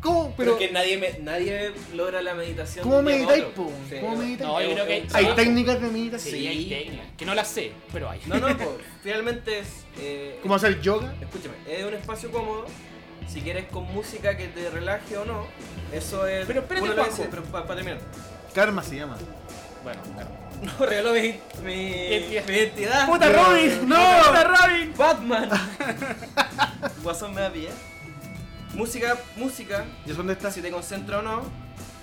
C: ¿cómo? Pero
B: Porque nadie, me- nadie logra la meditación.
C: ¿Cómo
B: de un día
C: meditáis,
B: para otro.
C: po? ¿Cómo
B: es-
C: meditáis?
A: No, yo creo que-
B: es un
C: hay
B: trabajo.
C: técnicas de meditación.
A: Sí, hay técnicas. Que no las sé, pero hay.
B: No, no, po, finalmente es. eh,
C: ¿Cómo hacer yoga?
B: Escúchame, es un espacio cómodo. Si quieres con música que te relaje o no, eso es.
A: Pero espérate,
B: uno lo
A: Juanjo.
B: dice, pero para terminar.
C: Karma se llama.
A: Bueno, claro.
B: No regaló mi, mi,
A: Identidad.
B: mi identidad.
A: ¡Puta
B: Pero-
A: Robin! ¡No! ¡Puta Robin!
B: ¡Batman! Guasón me va a pillar. Música, música.
C: ¿Ya son de estas?
B: Si te concentra o no,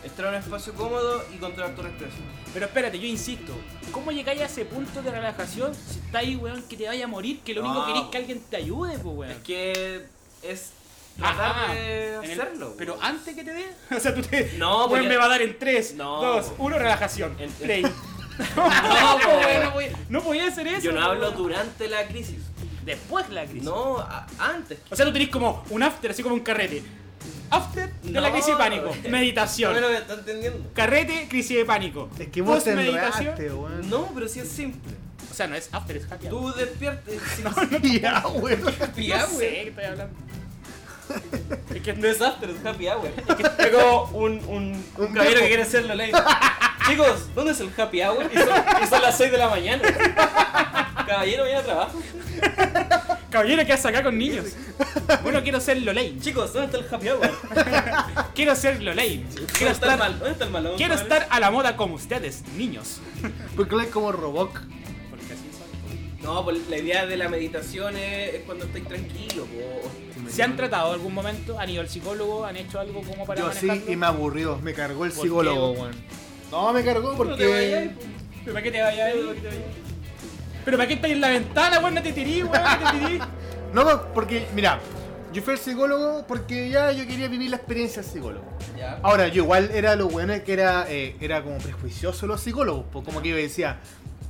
B: estar en un espacio cómodo y controlar tu respiración.
A: Pero espérate, yo insisto. ¿Cómo llegáis a ese punto de relajación si está ahí, weón, que te vaya a morir? Que lo único
B: No.
A: que querés es que alguien te ayude, pues, weón.
B: Es que es tratar
A: Ajá.
B: de
A: Ah, En el-
B: hacerlo. po.
A: Pero antes que te dé, o sea, tú te.
B: No,
A: Weón,
B: porque-
A: me va a dar en 3,
B: No,
A: 2,
B: po.
A: 1, relajación.
B: En- en-
A: Play.
B: No, po, weón,
A: no, podía, no podía hacer eso.
B: Yo no
A: po,
B: hablo
A: weón.
B: durante la crisis.
A: Después la crisis.
B: No, a- antes.
A: O sea, tú tenés como un after, así como un carrete. After de la
B: No.
A: crisis de pánico.
B: No
A: Meditación.
B: me lo está entendiendo.
A: Carrete, crisis de pánico.
C: Es que vos te
A: Postmeditación.
C: enredaste, weón.
B: No, pero si es simple.
A: O sea, no es after, es happy. hour.
B: Tú despiertes. Si no,
C: Ya, weón.
B: happy
A: no
B: hour.
A: sé qué estoy hablando. es que
B: No
A: no
B: es
A: es
B: after, es happy hour. Es como un, un, un
C: Un
B: caballero
C: viejo.
B: que quiere hacerlo ley. Chicos, ¿dónde es el happy hour? Y son, y son las 6 de la mañana. Caballero, viene a trabajo.
A: caballero que hace acá con niños. Bueno, quiero ser Lolei.
B: Chicos, ¿dónde está el happy hour?
A: Quiero ser Lolei.
B: ¿Dónde
A: Quiero
B: está el
A: estar,
B: mal? ¿Dónde está el malón?
A: quiero estar a la moda como ustedes, niños.
C: Porque él es como Roboc.
A: Porque así son.
B: No, pues la idea de la meditación es, es cuando estáis tranquilo. po.
A: ¿Se han tratado en algún momento? ¿Han ido al psicólogo? ¿Han hecho algo como para
C: Yo sí,
A: manejarlo?
C: y me aburrió. Me cargó el
A: ¿Por
C: psicólogo,
A: qué,
C: weón. No, me cargó
B: No te vayas,
C: porque.
B: po.
A: ¿Pero para qué te vayas? ahí? ¿Pero para qué estás en la ventana, weón? No te tirís, weón, no te tirís.
C: No, porque, mira, yo fui al psicólogo porque ya yo quería vivir la experiencia del psicólogo.
B: Ya.
A: Ah,
C: Ahora, yo igual era lo bueno es que era, eh, era como prejuicioso los psicólogos, po, como que yo decía,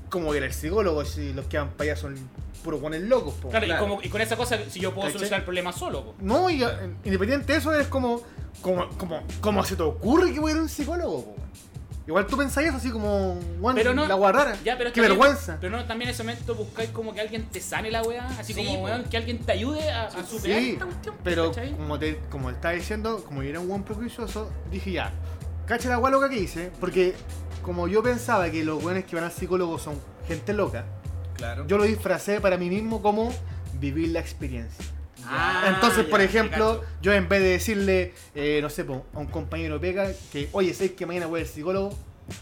C: ¿cómo era el psicólogo si los que van para allá son puros guanes locos? po?
A: Claro, y,
B: Claro.
A: como- y con esa cosa, si yo puedo
C: ¿Cachai?
A: solucionar el problema solo, po.
C: No, y, eh, independiente de eso, es como, como, como, como se te ocurre que voy a ir a un psicólogo, po? Igual tú pensáis eso así como, guan,
A: Pero no-
C: la guardara.
A: Ya, pero es
C: Qué
A: que también-
C: vergüenza.
A: Pero no, también en ese momento buscáis como que alguien te sane la weá, así
B: Sí,
A: como
B: po.
A: weón, que alguien te ayude a, a superar
C: Sí,
A: esta cuestión.
C: pero
A: ¿cachai?
C: como te como te estaba diciendo, como yo era un buen prejuicioso, dije ya, cacha la guay loca que hice, porque como yo pensaba que los buenos que van al psicólogo son gente loca,
B: Claro.
C: yo lo disfracé para mí mismo como vivir la experiencia.
D: Ah,
C: Entonces,
D: ya,
C: por
D: te
C: ejemplo,
D: cacho.
C: yo en vez de decirle, eh, no sé, po, a un compañero pega que, oye, ¿sabes que mañana voy al psicólogo?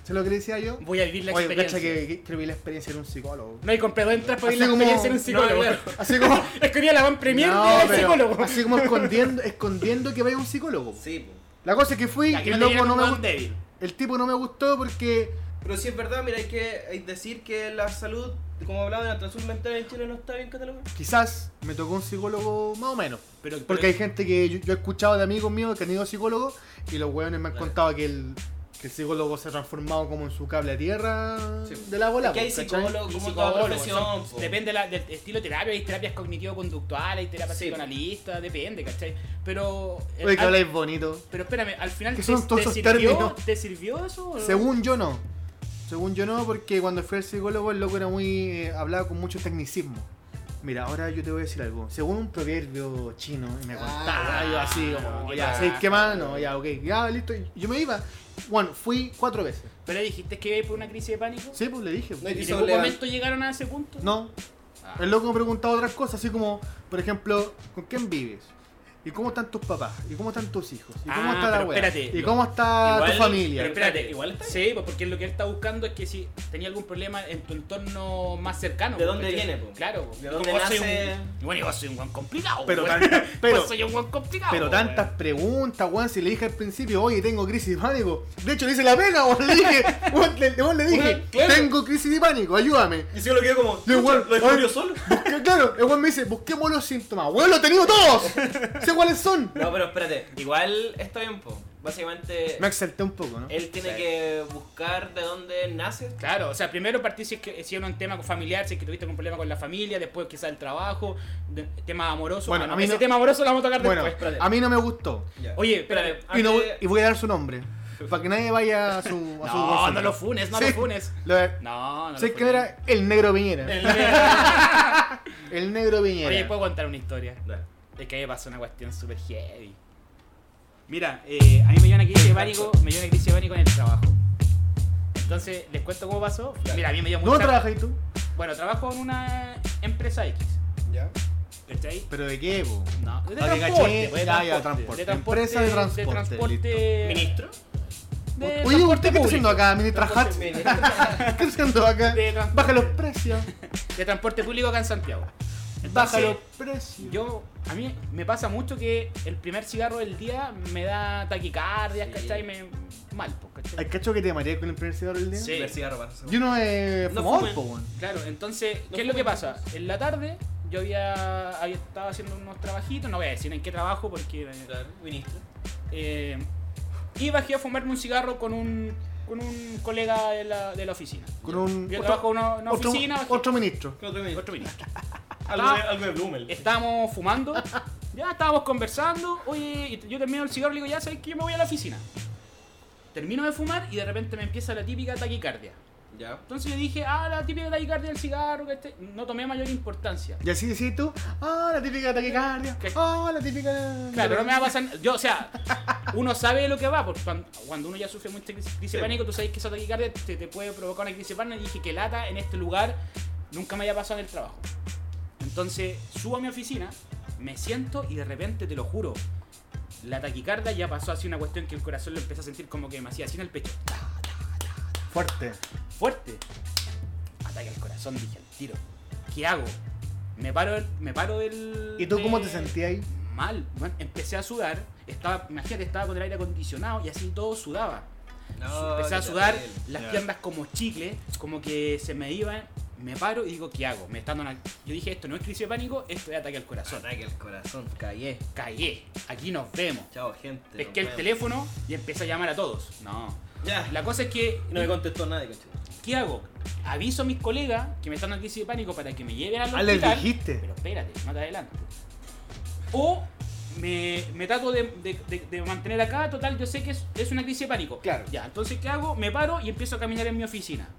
C: ¿Se lo que le decía yo?
D: Voy a vivir la
C: Oye,
D: experiencia.
C: cacha que, que quiero vivir la experiencia de un psicólogo.
D: No hay comprado entras para vivir la
C: Así como-
D: experiencia en un psicólogo.
B: pues, claro.
C: Así como.
D: Es que hoy día la van premier
C: No,
D: del
C: pero
D: psicólogo.
C: Así como escondiendo, escondiendo que vaya a un psicólogo.
B: Sí, po.
C: La cosa es que fui,
D: Ya, que
C: el
D: no te
C: loco
D: digan
C: no me
D: un
C: gustó.
D: débil.
C: El tipo no me gustó porque.
B: Pero sí es verdad, mira, hay que hay decir que la salud, como hablaba de la salud mental en Chile, no está bien catalogada.
C: quizás me tocó un psicólogo más o menos.
D: Pero, pero-
C: Porque hay gente que yo, yo he escuchado de amigos míos que han ido a psicólogos y los hueones me han contado que el, que el psicólogo se ha transformado como en su cable a tierra
B: Sí.
C: de la bola. pues,
B: Es que hay
C: ¿cachai?
B: psicólogos, como toda
D: psicólogos,
B: profesión.
D: son-
B: po.
D: depende de la- del estilo de terapia, hay terapias cognitivo-conductuales, hay terapias
B: Sí.
D: psicoanalistas, depende, ¿cachai? Pero. eh,
C: Oye, que
D: al-
C: habláis bonito.
D: Pero espérame, al final
C: ¿Qué
D: te,
C: son todos
D: te
C: esos
D: sirvió,
C: términos?
D: ¿te sirvió eso? o no?
C: Según yo no. Según yo no, porque cuando fui al psicólogo el loco era muy. eh, hablaba con mucho tecnicismo. Mira, ahora yo te voy a decir algo. Según un proverbio chino, y me
A: Ah,
C: contaba,
D: ya,
C: yo así,
D: no,
C: como,
D: ya.
C: ya, ¿sabes qué más? No, ya, ok, ya, listo. Y Yo me iba. Bueno, fui cuatro veces.
D: ¿Pero dijiste que iba a ir por una crisis de pánico?
C: Sí, pues le dije.
A: No,
D: ¿Y
A: y
D: en
A: son
D: algún
A: legal.
D: momento llegaron a ese punto?
C: No.
D: Ah.
C: El loco me preguntaba otras cosas, así como, por ejemplo, ¿con quién vives? ¿Y cómo están tus papás? ¿Y cómo están tus hijos? ¿Y cómo
D: Ah,
C: está la
D: pero
C: wea?
D: espérate.
C: ¿Y cómo está
B: Igual-
C: tu familia?
B: pero-
D: Espérate,
B: Igual está
D: Sí, pues porque lo que él está buscando es que si tenía algún problema en tu entorno más cercano.
B: ¿De
D: pues,
B: dónde
D: ¿cachai?
B: viene, pues?
D: Claro, pues.
B: ¿De
D: Y
B: dónde
D: como yo soy
B: nace?
D: un- Bueno, yo soy un guan complicado.
C: Pero
D: weón.
C: tan- pero-
D: Yo soy un guan complicado.
C: Pero
D: weón.
C: tantas preguntas, weón, si le dije al principio, oye, tengo crisis de pánico. De hecho, le hice la pega, weón, le dije, weón, le, weón, le dije,
B: Weón, claro.
C: tengo crisis de pánico, ayúdame.
B: Y si yo lo quedo como,
C: Yo igual,
B: lo descubrió
C: ay.
B: solo.
C: Busqué- claro, el weón me dice, busquemos los síntomas. Weón, los he tenido todos. sé cuáles son.
B: No, pero espérate, igual está bien, po. Básicamente,
C: Me exalté un poco, ¿no?
B: él tiene
D: Sí.
B: que buscar de dónde nace.
D: Claro, o sea, primero partí si es que si era un tema familiar, si es que tuviste algún problema con la familia, después quizás el trabajo, de- tema amoroso.
C: Bueno,
D: Ah, no,
C: a mí
D: ese
C: no-
D: tema amoroso lo vamos a tocar
C: Bueno,
D: después.
B: espérate.
C: a mí no me gustó.
D: Oye,
B: espérate,
D: espérate.
C: Y, no,
B: antes-
C: y voy a dar su nombre. Para que nadie vaya a su. A su
D: No, no lo funes, no
C: Sí.
D: lo funes.
C: Lo-
D: No, no
C: sé
D: lo
C: que
D: funes.
C: era el negro Piñera. El, negro Piñera.
D: Oye, pues, puedo contar una historia.
B: Dale.
D: Es que a mí me pasó una cuestión súper heavy. Mira, eh, a mí me dio una crisis de pánico, me dio una crisis de pánico en el trabajo. Entonces, les cuento cómo pasó. Mira, a mí me dio mucha...
C: ¿Dónde trabajas tú?
D: Bueno, trabajo en una empresa X.
A: Ya.
D: ¿Cachai?
C: ¿Pero de qué, po?
D: No, de
C: Ah, de
D: transporte,
C: caché.
D: pues, de
C: Ya, ya,
D: transporte.
C: transporte.
D: De transporte.
C: Empresa de transporte,
D: transporte-
B: ¿Ministro?
D: de
C: Oye,
D: transporte
C: ¿usted qué está
D: público.
C: haciendo acá, ministra Hatch? ¿Qué está haciendo acá?
D: De transporte.
C: Baja los precios.
D: De transporte público acá en Santiago.
C: Baja
D: Entonces,
C: los precios.
D: Yo, a mí me pasa mucho que el primer cigarro del día me da taquicardias,
B: Sí.
D: ¿cachai? Me, mal, pues, ¿cachai?
C: ¿Hay cacho que te mareé con el primer cigarro del día?
D: Sí.
B: Ver cigarro para hacer-
C: Yo no he
B: No
C: fumado,
B: fumen.
C: po, weón.
D: Claro, entonces,
B: No
D: ¿qué es lo que
B: fumen
D: pasa? En la tarde yo había, había estado haciendo unos trabajitos, no voy a decir en qué trabajo porque... eh,
B: Claro, ministro.
D: eh, y bajé a fumarme un cigarro con un, con un colega de la, de la oficina.
C: Con un.
D: Yo trabajo en una, una
C: otro-
D: oficina, bajé-
C: otro ministro.
B: ¿Qué otro ministro?
D: otro ministro.
B: Algo de, algo de Blumel.
D: Estábamos fumando, ya estábamos conversando, oye, y yo termino el cigarro y le digo, ya sabes que yo me voy a la oficina. Termino de fumar y de repente me empieza la típica taquicardia.
B: Ya.
D: Entonces yo dije, ah, la típica taquicardia del cigarro, que este... no tomé mayor importancia.
C: Y así decís tú, ah, la típica taquicardia,
D: ¿Qué?
C: ah, la típica...
D: Claro, no me va a pasar. Yo, o sea, uno sabe lo que va, porque cuando, cuando uno ya sufre mucha crisis crisis de pánico, tú sabes que esa taquicardia te, te puede provocar una crisis de pánico. Y dije que lata en este lugar nunca me haya pasado en el trabajo. Entonces subo a mi oficina, me siento y de repente, te lo juro, la taquicardia ya pasó así una cuestión que el corazón lo empecé a sentir como que me hacía así en el pecho.
C: Fuerte.
D: Fuerte. Ataque al corazón, dije al tiro. ¿Qué hago? Me paro, del- me paro del.
C: ¿Y tú cómo te
D: de-
C: sentías ahí?
D: mal, man. empecé a sudar, estaba, imagínate, estaba con el aire acondicionado y así todo sudaba.
B: No,
D: Empecé a
B: qué
D: sudar,
B: terrible.
D: las
C: Ya.
D: piernas como chicle, como que se me iban, me paro y digo, ¿qué hago? Me está dando una- Yo dije, esto no es crisis de pánico, esto es ataque al corazón.
B: Ataque al corazón, callé.
D: Cagué, aquí nos vemos.
B: Chao, gente. nos
D: Pesqué el
B: vemos.
D: teléfono y empecé a llamar a todos. No.
B: Ya.
D: La cosa es que,
B: Y no me contestó nadie, coche.
D: ¿qué hago? Aviso a mis colegas que me están dando crisis de pánico para que me lleven al
C: Ah, les
D: hospital.
C: dijiste.
D: Pero espérate, más adelante. O me, me trato de, de- de- de mantener acá, total, yo sé que es, es una crisis de pánico.
C: Claro.
D: Ya, entonces, ¿qué hago? Me paro y empiezo a caminar en mi oficina.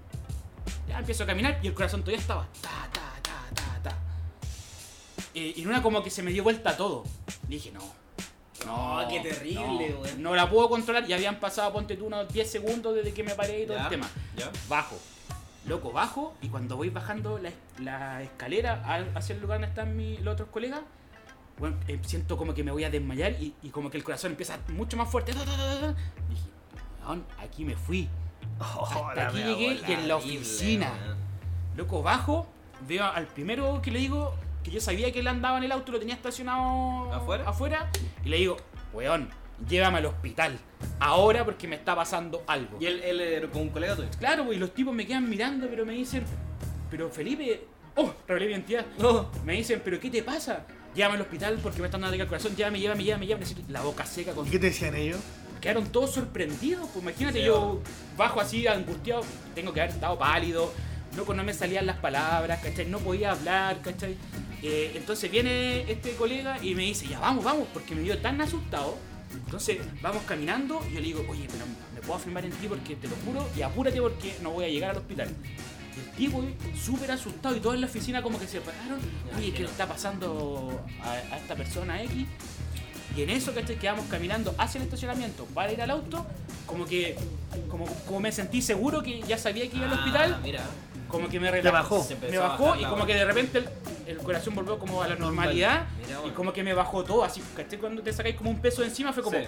D: Ya empiezo a caminar y el corazón todavía estaba. Ta, ta, ta, ta, ta. Eh, y en una como que se me dio vuelta todo. Dije, no. No,
B: No, qué terrible,
D: no,
B: weón.
D: No la puedo controlar y habían pasado, ponte tú, unos 10 segundos desde que me paré y todo
B: Ya.
D: el tema.
B: Ya.
D: Bajo. Loco, bajo y cuando voy bajando la, es- la escalera al- hacia el lugar donde están mis, los otros colegas, weón, eh, siento como que me voy a desmayar y, y como que el corazón empieza mucho más fuerte. ta, ta, ta, ta, ta. Y dije, weón, aquí me fui. Hasta aquí llegué y en Oh, la oficina. Loco, bajo, veo al primero que le digo, que yo sabía que él andaba en el auto, lo tenía estacionado
B: ¿Afuera?
D: y le digo, weón, llévame al hospital, ahora porque me está pasando algo.
B: Y él, él era con un colega tuyo.
D: Claro, pues, y los tipos me quedan mirando, pero me dicen, pero Felipe, oh, revelé mi identidad.
B: No.
D: Me dicen, pero ¿qué te pasa? Llévame al hospital porque me están dando ataque al corazón, llévame, llévame, llévame, llévame. Así, La boca seca con
C: ¿Y qué te decían ellos?
D: quedaron todos sorprendidos. Pues imagínate,
B: Sí,
D: yo bajo así, angustiado, tengo que haber estado pálido. Loco, no me salían las palabras, ¿cachai? No podía hablar, ¿cachai? Eh, entonces viene este colega y me dice, ya vamos, vamos, porque me vio tan asustado. Entonces vamos caminando y yo le digo, oye, pero me puedo afirmar en ti porque te lo juro y apúrate porque no voy a llegar al hospital. Y El tipo eh, súper asustado y todos en la oficina como que se pararon. Oye, ¿qué le está pasando a, a esta persona X? Y en eso, ¿cachai? Quedamos caminando hacia el estacionamiento para ir al auto, como que como, como me sentí seguro que ya sabía que iba al
B: Ah,
D: hospital,
B: Mira.
D: como que me relajó.
C: bajó.
B: Se
D: Me
B: empezó a
D: bajó
B: bajar
D: y
B: la
D: como
B: hora.
D: que de repente el, el corazón volvió como a la normalidad
B: Mira,
D: y
B: bueno.
D: como que me bajó todo, así, ¿cachai? Cuando te sacáis como un peso de encima fue como...
B: Sí.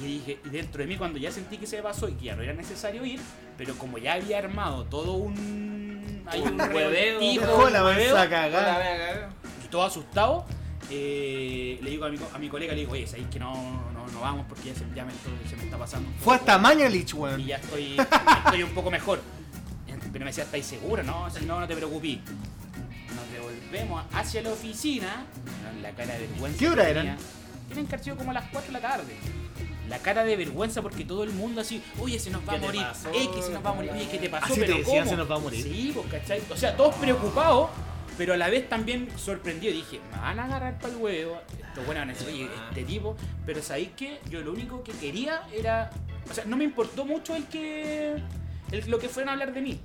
D: Y dije, y dentro de mí cuando ya sentí que se pasó y que ya no era necesario ir, pero como ya había armado todo un... hay
B: Un hueveo.
D: revoltijo,
C: Dejó
D: un
C: la
D: hueveo,
C: mansa
B: Hola,
C: cagada.
B: venga, venga.
D: y todo asustado, eh, le digo a mi, co- a mi colega, le digo, oye, sabéis que no, no, no vamos porque ya, se, ya me, estoy- se me está pasando. un
C: Fue
D: poco".
C: hasta Mañalich,
D: Y
C: weón.
D: ya estoy, estoy un poco mejor. Pero me decía, ¿estáis seguro? No, si no, no te preocupes. Nos devolvemos hacia la oficina. Bueno, La cara de vergüenza.
C: ¿Qué
D: que
C: hora
D: tenía.
C: eran?
D: Eran casi como a las 4 de la tarde. La cara de vergüenza porque todo el mundo así, oye, se nos va a
B: ¿Qué te
D: morir,
B: pasó?
D: Ey, que se nos va a morir, oye, ¿qué te pasó?
C: Así te
D: ¿Pero
C: decían,
D: cómo?".
C: "Se nos va a morir".
D: Sí, pues, ¿cachai? O sea, todos preocupados, pero a la vez también sorprendidos. Dije, me van a agarrar para el huevo. Esto, bueno, van a decir, oye,
C: Ah.
D: este tipo. Pero sabéis que yo lo único que quería era. O sea, no me importó mucho el que. el- lo que fueran a hablar de mí.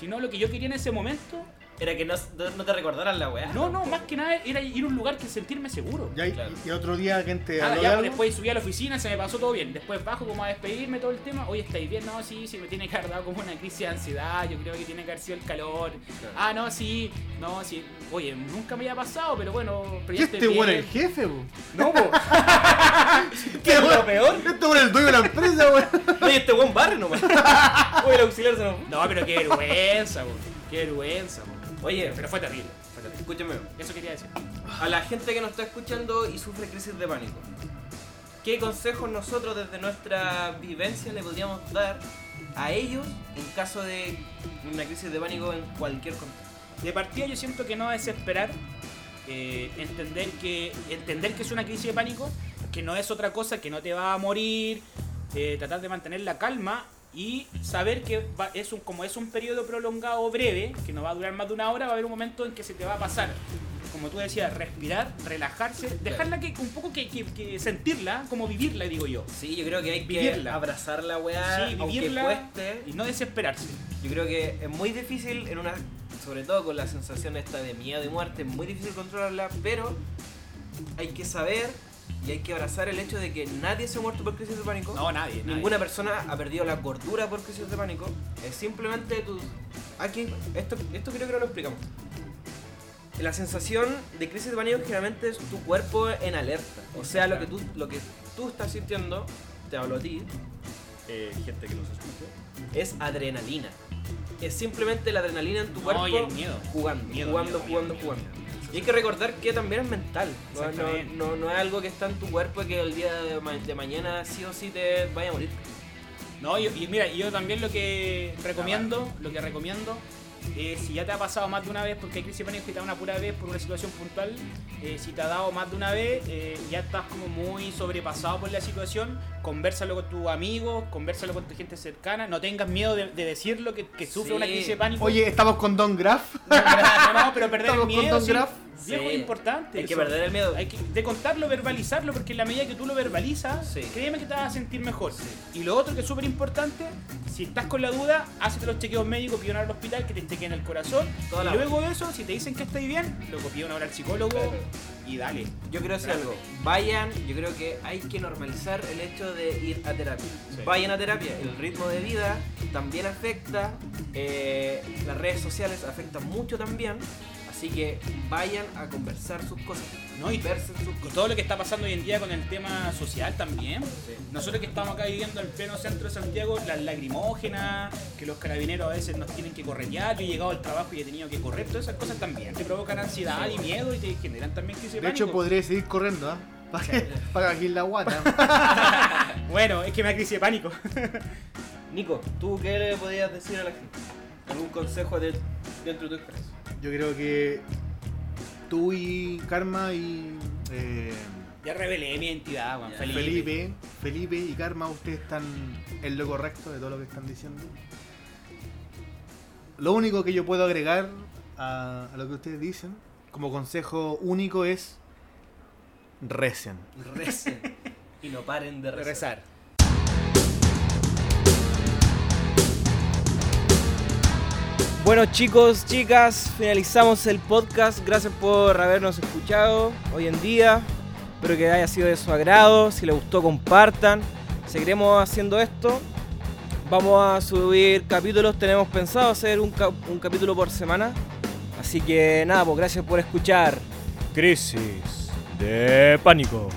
D: Sino lo que yo quería en ese momento.
B: Era que no, no te recordaran la weá.
D: No, no, más que nada era ir a un lugar que sentirme seguro.
C: Ya, y-
B: Claro.
C: Y otro día, gente, habló
D: Nada, Ah, ya, pues,
C: de algo?
D: después subí a la oficina, se me pasó todo bien. Después bajo como a despedirme todo el tema. Oye, ¿estáis bien? No, sí, sí, me tiene que haber dado como una crisis de ansiedad. Yo creo que tiene que haber sido el calor. Ah, no, sí, no, sí. Oye, nunca me había pasado, pero bueno, pero
C: ¿Qué
D: ya estoy
C: este weón
D: bien.
C: el jefe, weón?
D: No, po.
C: ¿Qué
B: es lo peor?
C: Este weón es el dueño de la empresa, weón.
B: Oye, este buen barre nomás. Oye, el auxiliar se nos.
D: No, pero qué vergüenza, po. Qué vergüenza, po.
B: Oye,
D: Pero fue terrible, fue terrible.
B: escúchame.
D: Eso quería decir.
B: A la gente que nos está escuchando y sufre crisis de pánico, ¿qué consejos nosotros desde nuestra vivencia le podríamos dar a ellos en caso de una crisis de pánico en cualquier contexto?
D: De partida yo siento que no desesperar, eh, entender, que, entender que es una crisis de pánico, que no es otra cosa, que no te va a morir, eh, tratar de mantener la calma y saber que va- es un, como es un periodo prolongado o breve, que no va a durar más de una hora, va a haber un momento en que se te va a pasar. Como tú decías, respirar, relajarse, dejarla que un poco que, que- que sentirla, como vivirla, digo yo.
B: Sí, yo creo que hay que
D: Vivirla.
B: abrazar la weá,
D: Sí,
B: aunque
D: vivirla
B: cueste.
D: y no desesperarse.
B: Yo creo que es muy difícil en una. Sobre todo con la sensación esta de miedo y muerte, es muy difícil controlarla, pero hay que saber y hay que abrazar el hecho de que nadie se ha muerto por crisis de pánico.
D: No, nadie. nadie.
B: Ninguna persona ha perdido la cordura por crisis de pánico. Es simplemente tu... Aquí, esto, esto creo que no lo explicamos. La sensación de crisis de pánico generalmente es tu cuerpo en alerta. O sea, lo que tú, lo que tú estás sintiendo, te hablo a ti, eh, gente que nos escucha, es adrenalina. Es simplemente la adrenalina en tu
D: No,
B: cuerpo
D: y el miedo.
B: jugando,
D: Miedo,
B: jugando,
D: miedo,
B: jugando,
D: miedo,
B: jugando.
D: miedo.
B: Y hay que recordar que también es mental. No, No-
D: Exactamente.
B: no- no es algo que está en tu cuerpo y que el día de, ma- de mañana sí o sí te vaya a morir.
D: No, y, y mira, yo también lo que recomiendo, lo que recomiendo, eh, si ya te ha pasado más de una vez, porque hay crisis de pánico que te da una pura vez por una situación puntual, eh, si te ha dado más de una vez, eh, ya estás como muy sobrepasado por la situación, conversalo con tus amigos, conversalo con tu gente cercana, no tengas miedo de, de decirlo que, que sufre
B: Sí.
D: una crisis de pánico.
C: Oye, estamos con Don Graf.
D: no, no, no, pero perder el
C: estamos con
D: miedo,
C: Don
D: sí,
C: Graf.
D: viejo,
B: Sí.
D: es importante.
B: Hay que
D: eso.
B: perder el miedo.
D: Hay que, de contarlo, verbalizarlo, porque en la medida que tú lo verbalizas,
B: Sí.
D: créeme que te vas a sentir mejor. Y lo otro que es súper importante, si estás con la duda, hazte los chequeos médicos, pide una hora al hospital, que te chequeen el corazón.
B: Toda
D: y
B: la
D: luego de eso, si te dicen que estáis bien, lo pide una hora al psicólogo
B: Claro.
D: y dale.
B: Yo quiero decir algo. Vayan, yo creo que hay que normalizar el hecho de ir a terapia.
D: Sí.
B: Vayan a terapia. El ritmo de vida también afecta. eh, las redes sociales afectan mucho también. Así que vayan a conversar sus cosas.
D: No, y-
B: Conversen sus
D: Y
B: cosas.
D: todo lo que está pasando hoy en día con el tema social también. Nosotros que estamos acá viviendo en pleno centro de Santiago, las lagrimógenas, que los carabineros a veces nos tienen que corretear, yo he llegado al trabajo y he tenido que correr, todas esas cosas también te provocan ansiedad y miedo y te generan también crisis
C: De hecho,
D: pánico.
C: podría seguir corriendo, ¿ah? Para que- Para aquí la guata.
D: Bueno, es que me da crisis de pánico.
B: Nico, ¿tú qué le podías decir a la gente? ¿Algún consejo de- dentro de tu experiencia?
C: Yo creo que tú y Karma y eh,
D: Ya revelé mi identidad, Juan
B: Ya.
D: Felipe.
C: Felipe, Felipe y Karma, ustedes están en lo correcto de todo lo que están diciendo. Lo único que yo puedo agregar a, a lo que ustedes dicen, como consejo único, es recen.
B: Recen. y no paren de rezar.
A: Rezar.
B: Bueno chicos, chicas, finalizamos el podcast. Gracias por habernos escuchado hoy en día. Espero que haya sido de su agrado. Si les gustó, compartan. Seguiremos haciendo esto. Vamos a subir capítulos. Tenemos pensado hacer un, cap- un capítulo por semana. Así que nada, pues gracias por escuchar.
E: Crisis de pánico.